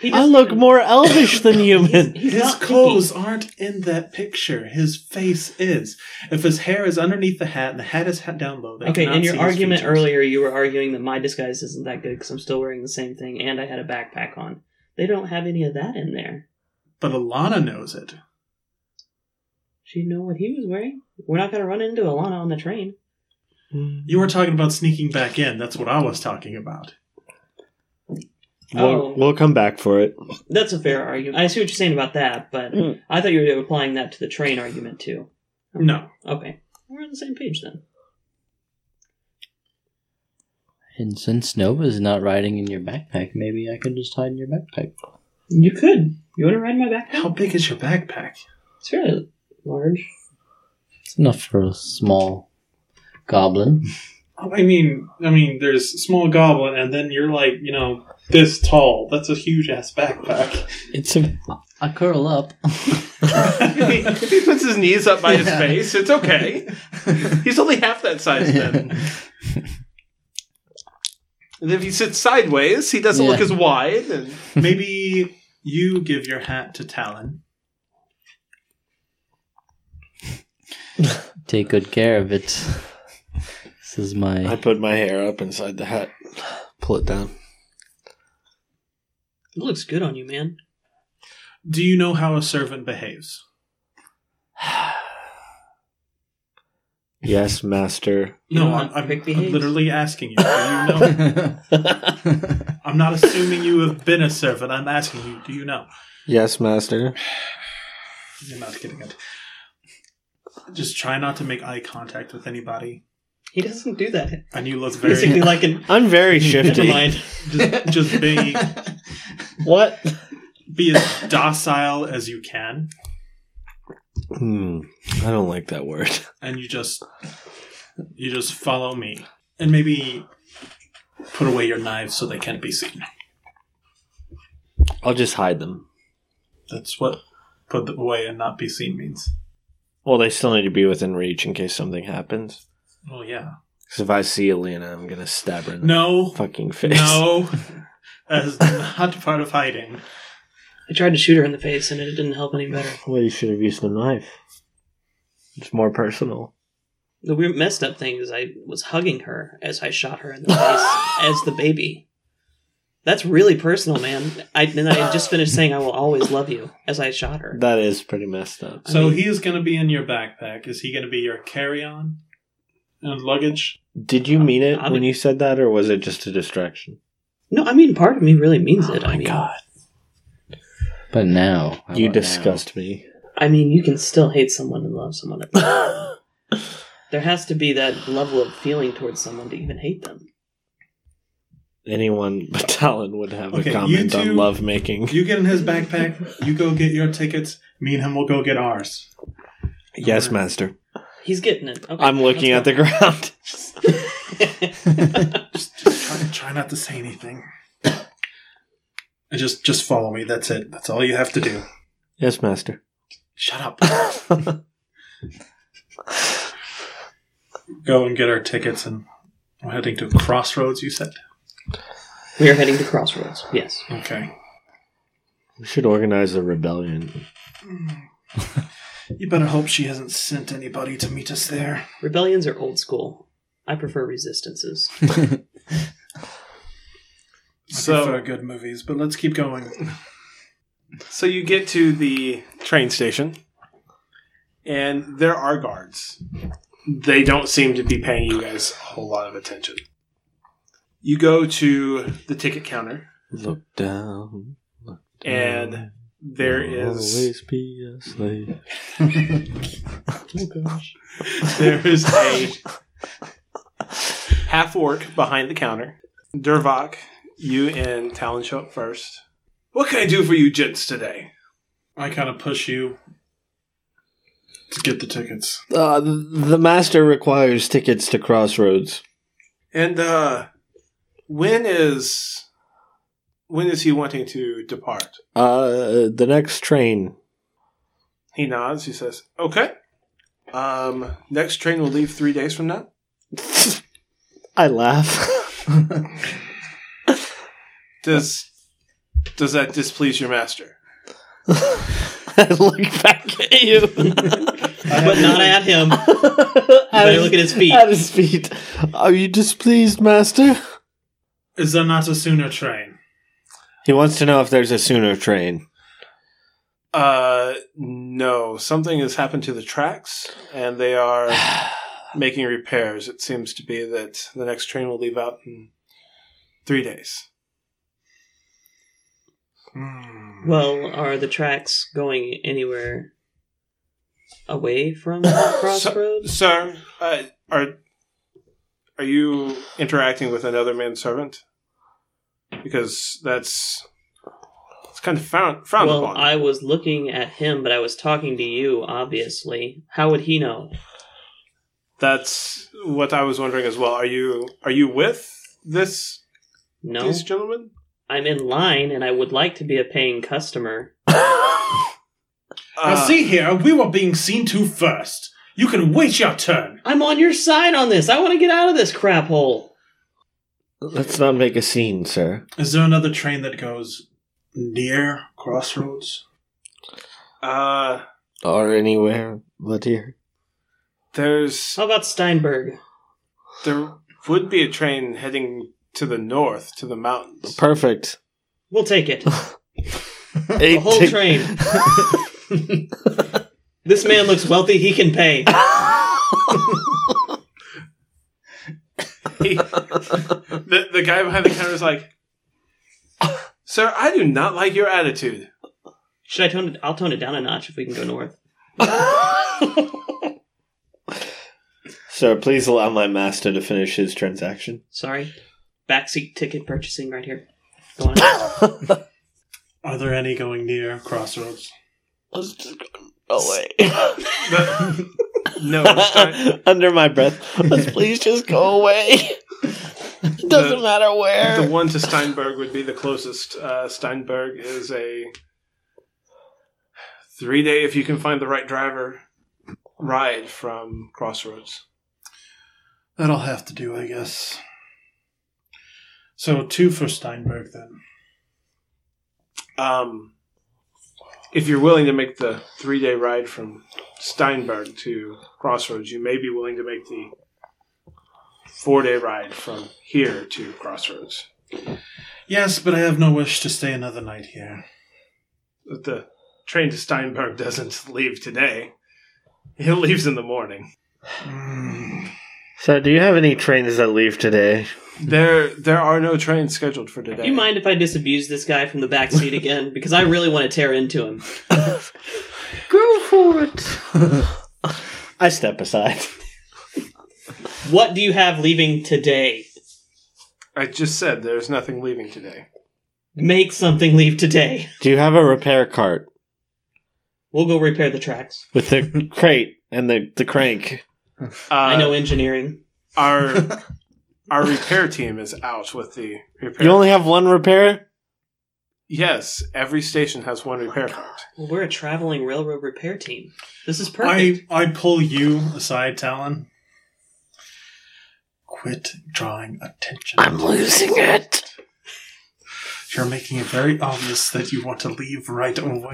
He
I
doesn't
look
even-
more elvish than human.
He's
His
not
clothes aren't in that picture. His face is. If his hair is underneath the hat and the hat is hat down low, they
Okay,
cannot
in
see
your
his
argument
features.
earlier, you were arguing that my disguise isn't that good because I'm still wearing the same thing and I had a backpack on. They don't have any of that in there.
but Alana knows it.
She know what he was wearing. We're not gonna run into Alana on the train. Mm.
You were talking about sneaking back in. That's what I was talking about.
We'll,
Oh.
we'll come back for it.
That's a fair argument. I see what you're saying about that, but
Mm.
I thought you were applying that to the train argument too.
No,
Okay, we're on the same page then.
And since Nova's not riding in your backpack, maybe I can just hide in your backpack.
You could. You want to ride my backpack?
how big is your backpack?
It's fairly large.
It's enough for a small goblin.
I mean, I mean, there's small goblin, and then you're like, you know, this tall. That's a huge ass backpack.
It's a
I curl up.
he puts his knees up by his
Yeah.
face. It's okay. He's only half that size then. And if he sits sideways, he doesn't look
Yeah.
as wide. And
Maybe you give your hat to Talon.
Take good care of it. This is
I
my.
put my hair up inside the hat, pull it down.
It looks good on you, man.
Do you know how a servant behaves?
yes, master.
You
no,
know
I'm,
how
I'm,
Pick
I'm
behaves?
literally asking you. Do you know? I'm not assuming you have been a servant. I'm asking you. Do you know?
Yes, master.
You're not getting it. Just try not to make eye contact with anybody.
He doesn't do that.
And you look
Basically,
very
like an.
I'm very
Never
shifty.
mind.
just, just be
what?
be as docile as you can,
Hmm. I don't like that word.
and you just you just follow me, and maybe put away your knives so they can't be seen.
I'll just hide them.
That's what put them away and not be seen means.
Well, they still need to be within reach in case something happens.
Well, Oh, yeah.
Because if I see Elena, I'm gonna stab her in the
No,
fucking face.
no, that is not part of hiding.
I tried to shoot her in the face, and it didn't help any better.
Well, you should have used the knife. It's more personal.
The weird messed up thing is I was hugging her as I shot her in the face as the baby. That's really personal, man. I and I had just finished saying I will always love you as I shot her.
That is pretty messed up.
So
mean-
he is going to be in your backpack. Is he going to be your carry-on and luggage?
Did you mean it
I mean-
when you said that, or was it just a distraction?
No, I mean part of me really means it. I mean,
But now. how
You
about now?
disgust me.
I mean you can still hate someone and love someone. At the same time. there has to be that level of feeling towards someone to even hate them.
Anyone but Talon would have
Okay,
a
you
comment
two-
on love making.
You get in his backpack. You go get your tickets. Me and him will go get ours.
Yes, master.
He's getting it. Okay,
I'm looking at the ground.
Try, try not to say anything. And just just follow me. That's it. That's all you have to do.
yes, master.
Shut up. go and get our tickets, and we're heading to Crossroads. You said.
We are heading to crossroads. Yes.
Okay.
We should organize a rebellion.
You better hope she hasn't sent anybody to meet us there.
Rebellions are old school. I prefer resistances.
I
So-
prefer good movies, but let's keep going.
so you get to the train station, and there are guards. They don't seem to be paying you guys a whole lot of attention. You go to the ticket counter,
Look down. Look down.
and there is
always be a slave.
there is a half orc behind the counter. Dervok, you and Talon show up first. What can I do for you gents today?
I kind of push you to get the tickets.
Uh, the master requires tickets to Crossroads.
And uh, when is when is he wanting to depart?
Uh, the next train.
He nods. He says, "Okay. Um, next train will leave three days from now."
I laugh.
Does does that displease your master?
I look back at you.
but not at him.
I
better look at his feet.
At his feet. Are you displeased, master?
Is there not a sooner train?
He wants to know if there's a sooner train.
Uh, no. Something has happened to the tracks, and they are making repairs. It seems to be that the next train will leave out in three days.
Hmm.
Well, are the tracks going anywhere away from Crossroads?
Sir, uh, are are you interacting with another manservant? Because that's it's kind of frown, frowned
well,
upon.
I was looking at him, but I was talking to you, obviously. How would he know?
that's what I was wondering as well. Are you are you with this
No.
these gentlemen?
I'm in line and I would like to be a paying customer.
now,
Uh,
see here, we were being seen to first. You can wait your turn.
I'm on your side on this. I want to get out of this crap hole.
Let's not make a scene, sir.
Is there another train that goes near Crossroads?
uh,
Or anywhere but here.
there's
How about Steinberg?
there would be a train heading to the north to the mountains.
Perfect.
We'll take it.
Eight
The whole
tick-
train. this man looks wealthy. He can pay.
He- the, the guy behind the counter is like, "Sir, I do not like your attitude."
Should I tone it? I'll tone it down a notch if we can go north.
Sir, please allow my master to finish his transaction.
Sorry. Backseat ticket purchasing right here. Go on.
Are there any going near Crossroads?
Oh
The- no, Stein-
wait. Under my breath. Let's please just go away. It doesn't
The-
matter
the
where.
one to Steinberg would be the closest. Uh, Steinberg is a three day, if you can find the right driver, ride from Crossroads.
That'll have to do, I guess. So two for Steinberg then.
Um, if you're willing to make the three day ride from Steinberg to Crossroads, you may be willing to make the four day ride from here to Crossroads.
Yes, but I have no wish to stay another night here.
But the train to Steinberg doesn't leave today, it leaves in the morning.
Hmm.
So, do you have any trains that leave today?
There, there are no trains scheduled for today.
Do you mind if I disabuse this guy from the backseat again? Because I really want to tear into him.
Go for it. I step aside.
What do you have leaving today?
I just said there's nothing leaving today.
Make something leave today.
Do you have a repair cart
We'll go repair the tracks.
with the crate and the, the crank?
Uh,
I know engineering.
our our repair team is out with the repair.
You only have one repair?
yes, every station has one repair cart.
Well, we're a traveling railroad repair team. This is perfect.
I I pull you aside, Talon. Quit drawing attention.
losing it.
You're making it very obvious that you want to leave right away.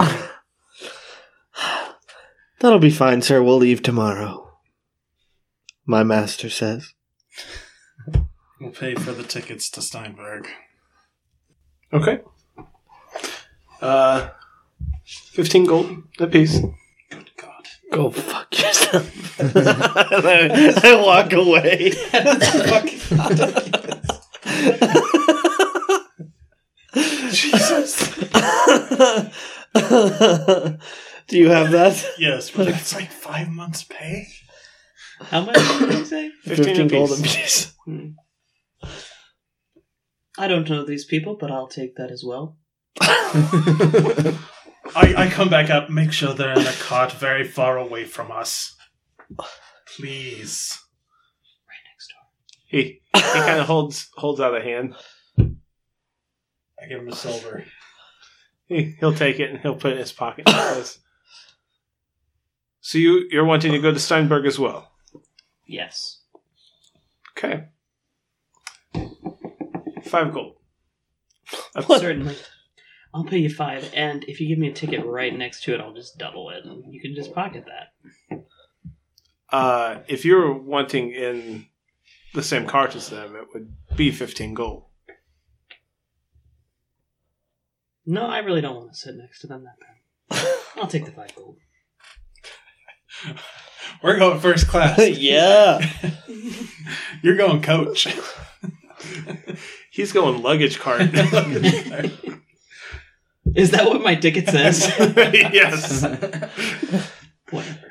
That'll be fine, sir. We'll leave tomorrow. My master says.
we'll pay for the tickets to Steinberg.
Okay. Uh, fifteen gold apiece.
Good God.
Go fuck yourself. I, I walk away. Jesus. Do you have that?
Yes, but that's like five months' pay.
How much did you say?
Fifteen,
gold
apiece.
apiece.
Hmm. I don't know these people, but I'll take that as well.
I, I come back up, make sure they're in a cart very far away from us. Please.
He he kind of holds holds out a hand.
I give him a silver.
He, he'll take it and he'll put it in his pocket. He says, so you you're wanting to go to Steinberg as well?
Yes.
Okay. Five gold.
Certainly. I'll pay you five, and if you give me a ticket right next to it, I'll just double it. and You can just pocket that.
Uh, if you're wanting in the same cart as them, it would be fifteen gold.
No, I really don't want to sit next to them that bad. I'll take the five gold.
We're going first class.
yeah.
You're going coach.
He's going luggage cart.
Is that what my ticket says?
yes.
Whatever.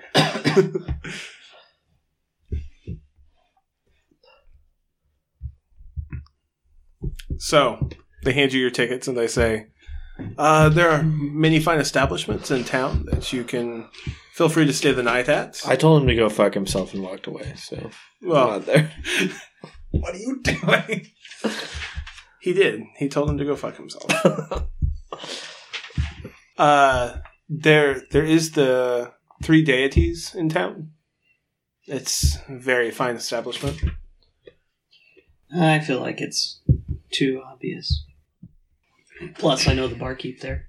So they hand you your tickets and they say, uh, "There are many fine establishments in town that you can feel free to stay the night at."
I uh, told him to go fuck himself and walked away. So
well,
not there.
what are you doing?
He did. He told him to go fuck himself. uh, there, there is the three deities in town. It's a very fine establishment.
I feel like it's too obvious. Plus, I know the barkeep there.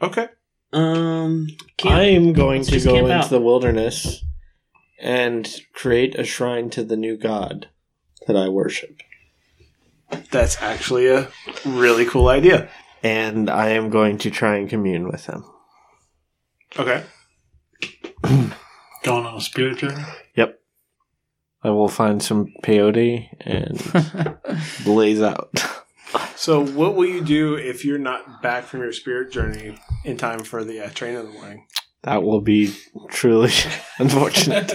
Okay.
Um, camp.
I am going
Let's
to
just
go
camp
into
out.
the wilderness and create a shrine to the new god that I worship.
That's actually a really cool idea.
And I am going to try and commune with him.
Okay.
Going on a spirit journey.
Yep. I will find some peyote and blaze out.
So, what will you do if you're not back from your spirit journey in time for the uh, train in the morning?
That will be truly unfortunate.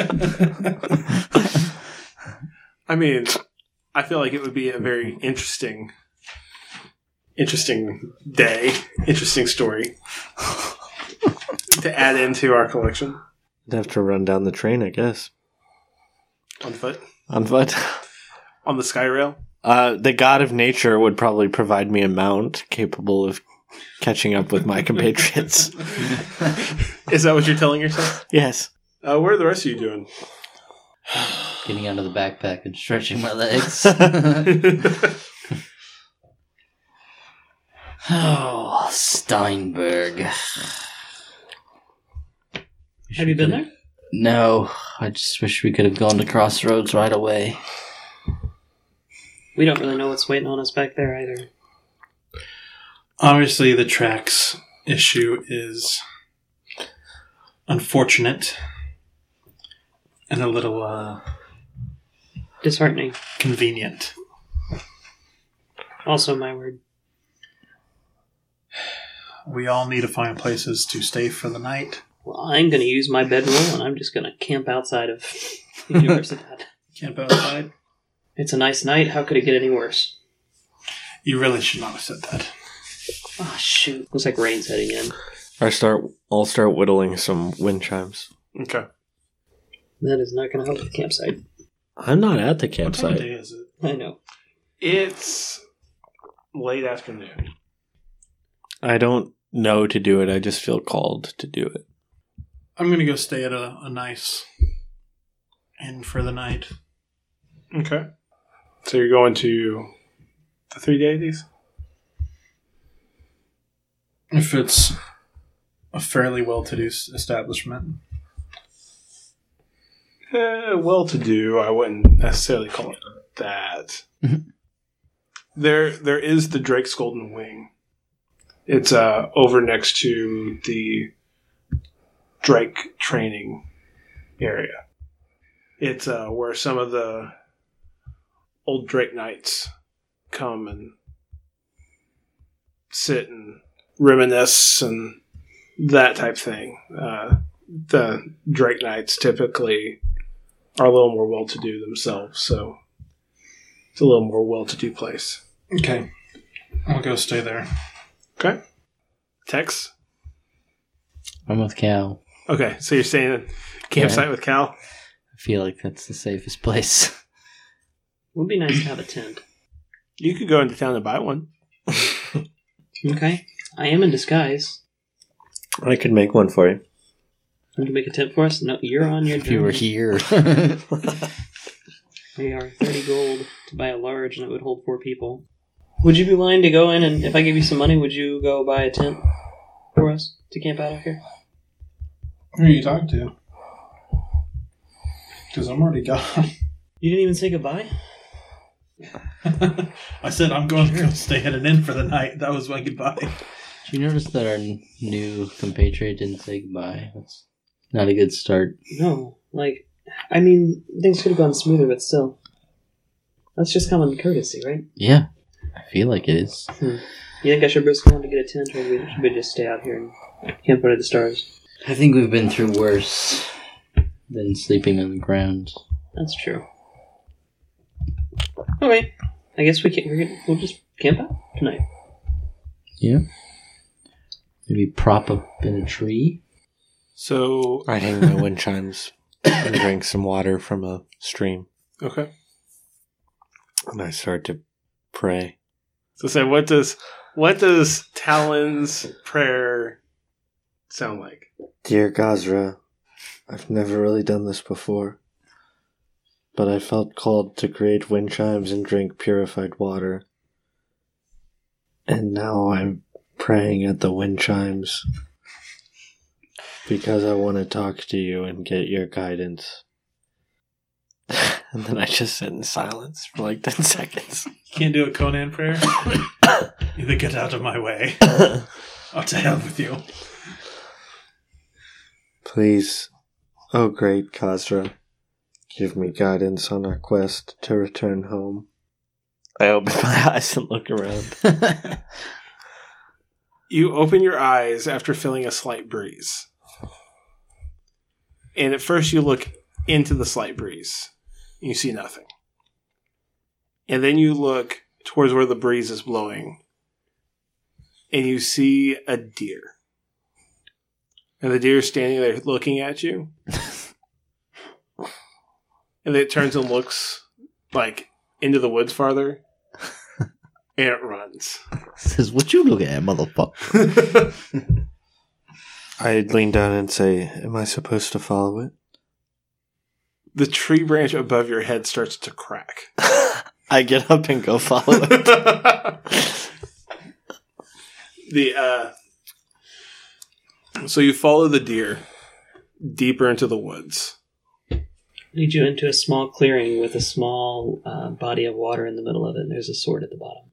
I mean, I feel like it would be a very interesting, interesting day, interesting story to add into our collection
I'd have to run down the train, I guess.
on foot
On foot.
on the sky rail.
Uh, the god of nature would probably provide me a mount capable of catching up with my compatriots.
Is that what you're telling yourself?
yes.
Uh, what are the rest of you doing?
Getting out of the backpack and stretching my legs. oh, Steinberg.
Have you been there?
No, I just wish we could have gone to Crossroads right away.
We don't really know what's waiting on us back there either.
Obviously, the tracks issue is unfortunate and a little uh,
Disheartening.
convenient.
Also, my word.
We all need to find places to stay for the night.
Well, I'm going to use my bedroll and I'm just going to camp outside of Universidad.
Camp outside.
It's a nice night. How could it get any worse?
You really should not have said that.
Oh, shoot. Looks like rain's heading in.
I start. I'll start whittling some wind chimes.
Okay.
That is not going to help the campsite.
I'm not at the
What time of day
campsite.
is it?
I know.
It's late afternoon.
I don't know to do it. I just feel called to do it.
I'm gonna go stay at a, a nice inn for the night.
Okay. So you're going to the three deities?
If it's a fairly well-to-do s- establishment,
Eh, well to do, I wouldn't necessarily call it that. there there is the Drake's Golden Wing. It's uh over next to the Drake training area. It's uh where some of the old Drake Knights come and sit and reminisce and that type thing. Uh, the Drake Knights typically are a little more well to do themselves, so it's a little more well to do place.
okay, I'll go stay there.
Okay. Tex?
I'm with Cal.
Okay, so you're staying at campsite with Cal?
I feel like that's the safest place.
would be nice to have a tent.
You could go into town and buy one.
Okay, I am in disguise.
I could make one for you.
You can make a tent for us. No, you're on your.
If you were
journey.
here,
We are thirty gold to buy a large, and it would hold four people. Would you be willing to go in and if I gave you some money, would you go buy a tent for us to camp out of here?
Who are you talking to? Because I'm already gone.
You didn't even say goodbye.
I said I'm going to go stay at an inn for the night. That was my goodbye.
did you notice that our n- new compatriot didn't say goodbye? That's not a good start.
No, like, I mean, things could have gone smoother, but still, that's just common courtesy, right?
Yeah, I feel like it is.
You think I should risk going to get a tent, or we- should we just stay out here and camp under the stars?
I think we've been through worse than sleeping on the ground.
That's true. Okay, I guess we can. We're gonna, we'll just camp out tonight.
Yeah. Maybe prop up in a tree.
So
I hang my wind chimes and drink some water from a stream.
okay.
And I start to pray.
So say what does what does Talon's prayer sound like?
Dear Gazra, I've never really done this before, but I felt called to create wind chimes and drink purified water. And now I'm praying at the wind chimes because I want to talk to you and get your guidance. and then I just sit in silence for like 10 seconds.
Can't do a Conan prayer. Either get out of my way, or to hell with you.
Please, oh great Khazra, give me guidance on our quest to return home. I open my eyes and look around.
You open your eyes after feeling a slight breeze. And at first you look into the slight breeze. You see nothing. And then you look towards where the breeze is blowing. And you see a deer. And the deer is standing there looking at you. and then it turns and looks like into the woods farther. and it runs.
Says, what you looking at, motherfucker?
I lean down and say, Am I supposed to follow it?
the tree branch above your head starts to crack.
I get up and go follow it.
The uh, so you follow the deer deeper into the woods.
Lead you into a small clearing with a small uh, body of water in the middle of it, and there's a sword at the bottom.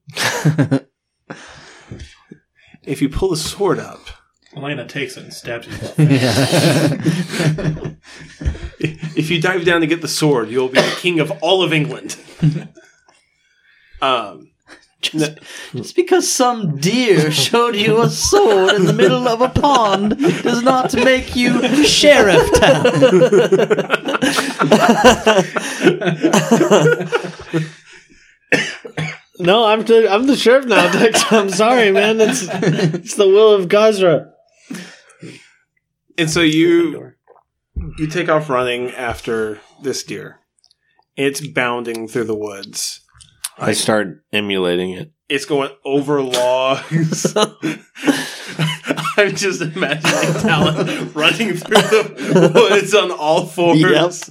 If you pull the sword up,
Elena takes it and stabs you.
if you dive down to get the sword, you'll be the king of all of England. Um,
Just, just because some deer showed you a sword in the middle of a pond does not make you sheriff town.
No, I'm the, I'm the sheriff now, Dex. I'm sorry, man. It's, it's the will of Gazra.
and so you you take off running after this deer. It's bounding through the woods.
I start emulating it.
it's going over logs. I'm just imagining Talon running through the woods on all fours.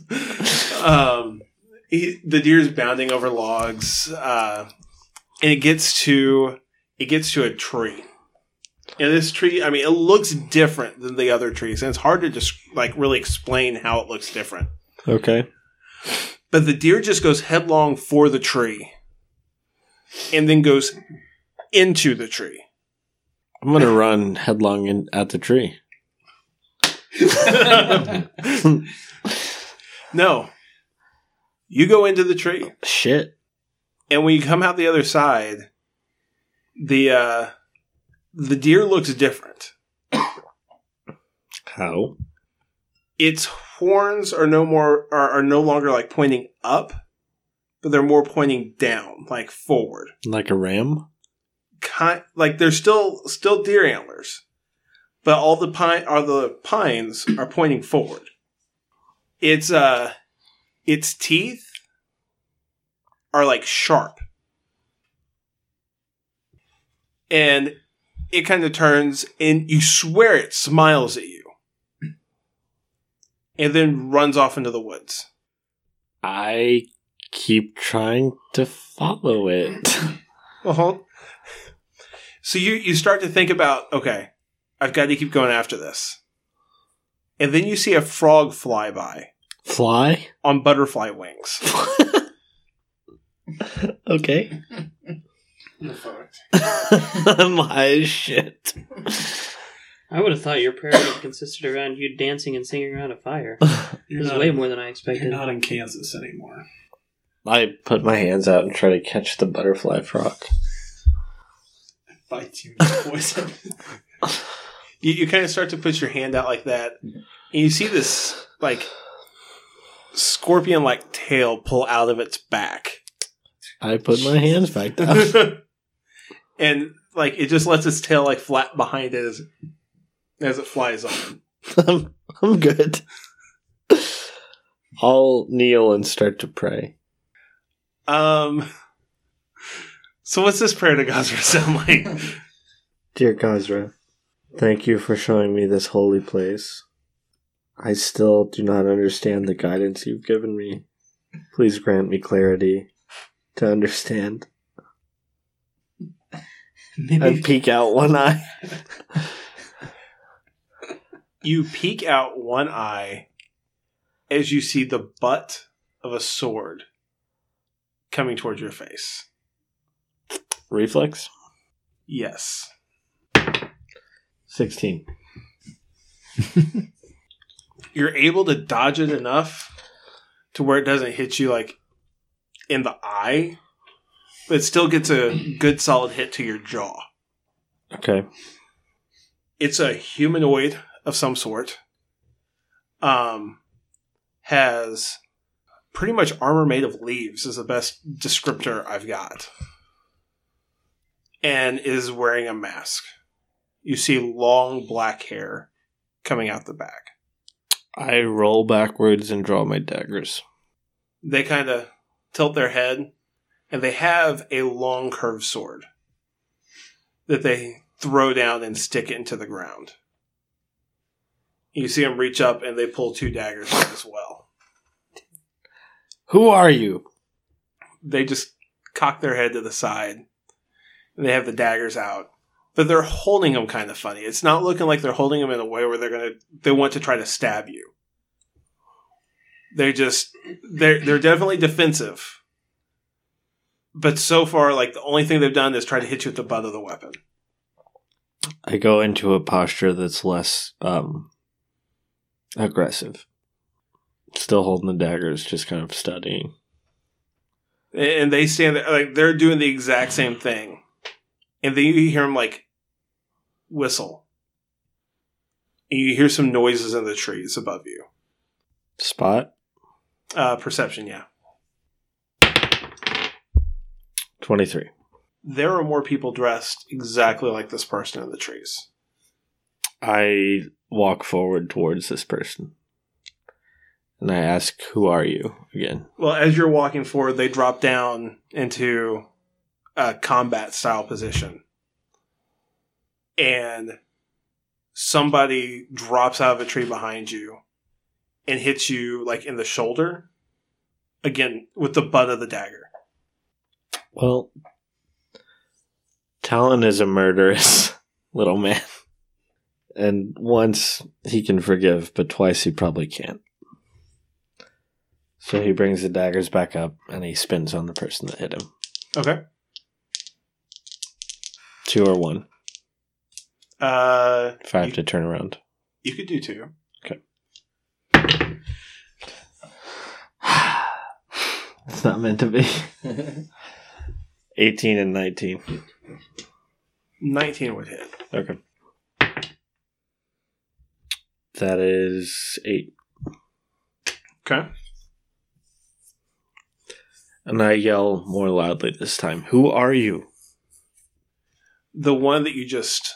Um, he, the deer's bounding over logs, uh, and it gets to it gets to a tree. And this tree, I mean, it looks different than the other trees, and it's hard to just like really explain how it looks different.
Okay.
But the deer just goes headlong for the tree and then goes into the tree.
I'm going to run headlong in, at the tree.
No. You go into the tree,
Shit.
and when you come out the other side, the uh, the deer looks different.
How?
Its horns are no more are, are no longer like pointing up, but they're more pointing down, like forward.
Like a ram?
kind like they're still still deer antlers, but all the pine are the pines are pointing forward. It's uh, its teeth are like sharp. And it kind of turns and you swear it smiles at you. And then runs off into the woods.
I keep trying to follow it.
Well, hold. So you you start to think about okay, I've got to keep going after this, and then you see a frog fly by
Fly?
on butterfly wings.
Okay. I'm high as shit.
I would have thought your prayer would have consisted around you dancing and singing around a fire. It
You're
was
not,
way more than I
you're
expected.
not in Kansas anymore.
I put my hands out and try to catch the butterfly frog.
Bites you with poison.
You, you kind of start to put your hand out like that, and you see this like scorpion like tail pull out of its back,
I put my hands back down.
and like it just lets its tail like flap behind it as as it flies on.
I'm, I'm good. I'll kneel and start to pray.
Um. So what's this prayer to Gazra sound like?
Dear Gazra, thank you for showing me this holy place. I still do not understand the guidance you've given me. Please grant me clarity to understand. I
Maybe
peek out one eye.
you peek out one eye as you see the butt of a sword coming towards your face.
Reflex?
Yes.
16.
You're able to dodge it enough to where it doesn't hit you like in the eye, but it still gets a good solid hit to your jaw.
Okay.
it's a humanoid of some sort. Um, has pretty much armor made of leaves is the best descriptor I've got, and is wearing a mask. You see long black hair coming out the back.
I roll backwards and draw my daggers.
They kind of tilt their head, and they have a long curved sword that they throw down and stick it into the ground. You see them reach up and they pull two daggers out as well.
Who are you?
They just cock their head to the side and they have the daggers out. But they're holding them kind of funny. It's not looking like they're holding them in a way where they're gonna they want to try to stab you. They just they're they're definitely defensive. But so far, like the only thing they've done is try to hit you with the butt of the weapon.
I go into a posture that's less um, aggressive. Still holding the daggers, just kind of studying.
and they stand there like they're doing the exact same thing and then you hear him like whistle and you hear some noises in the trees above you
Spot
uh perception yeah
23.
there are more people dressed exactly like this person in the trees
I walk forward towards this person. And I ask, Who are you? again.
well as you're walking forward they drop down into a combat style position and somebody drops out of a tree behind you and hits you like in the shoulder again with the butt of the dagger
Well, Talon is a murderous little man. And once he can forgive, but twice he probably can't. So he brings the daggers back up and he spins on the person that hit him.
okay
Two or one,
uh
if I have to turn around.
you could do two
It's not meant to be. 18 and 19.
19 would hit
Okay. That is eight.
okay
And I yell more loudly this time Who are you?
the one that you just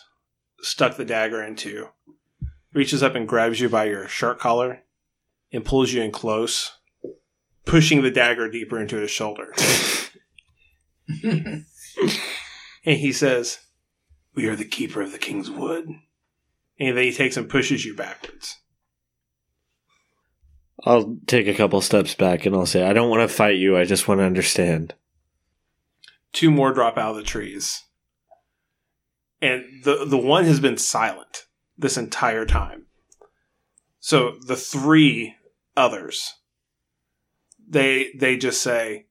stuck the dagger into reaches up and grabs you by your shirt collar and pulls you in close pushing the dagger deeper into his shoulder and he says, "We are the keeper of the king's wood." And then he takes and pushes you backwards.
I'll take a couple steps back and I'll say, I don't want to fight you. I just want to understand.
Two more drop out of the trees, and the the one has been silent this entire time. So the three others, they they just say,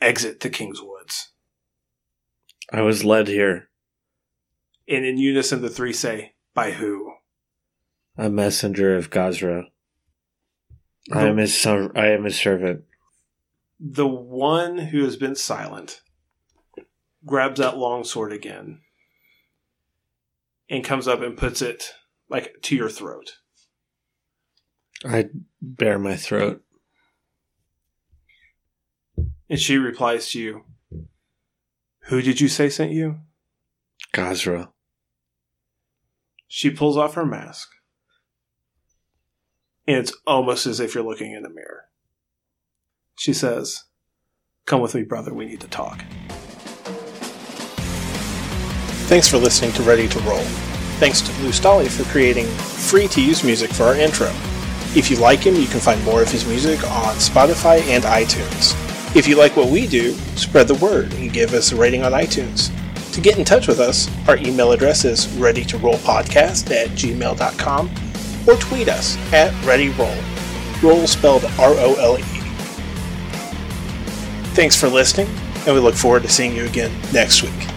"Exit the king's woods."
I was led here.
and in unison the three say, "By who?"
A messenger of Gazra. I am his ser- I am his servant.
The one who has been silent grabs that long sword again and comes up and puts it like to your throat.
I bare my throat.
And she replies to you, "Who did you say sent you?"
Gazra.
She pulls off her mask. And it's almost as if you're looking in a mirror. She says, "Come with me, brother. We need to talk."
Thanks for listening to Ready to Roll. Thanks to Lou Stolly for creating free to use music for our intro. If you like him, you can find more of his music on Spotify and iTunes. If you like what we do, spread the word and give us a rating on iTunes. To get in touch with us, our email address is readytorollpodcast at gmail.com or tweet us at readyroll. Roll spelled R O L E. Thanks for listening, and we look forward to seeing you again next week.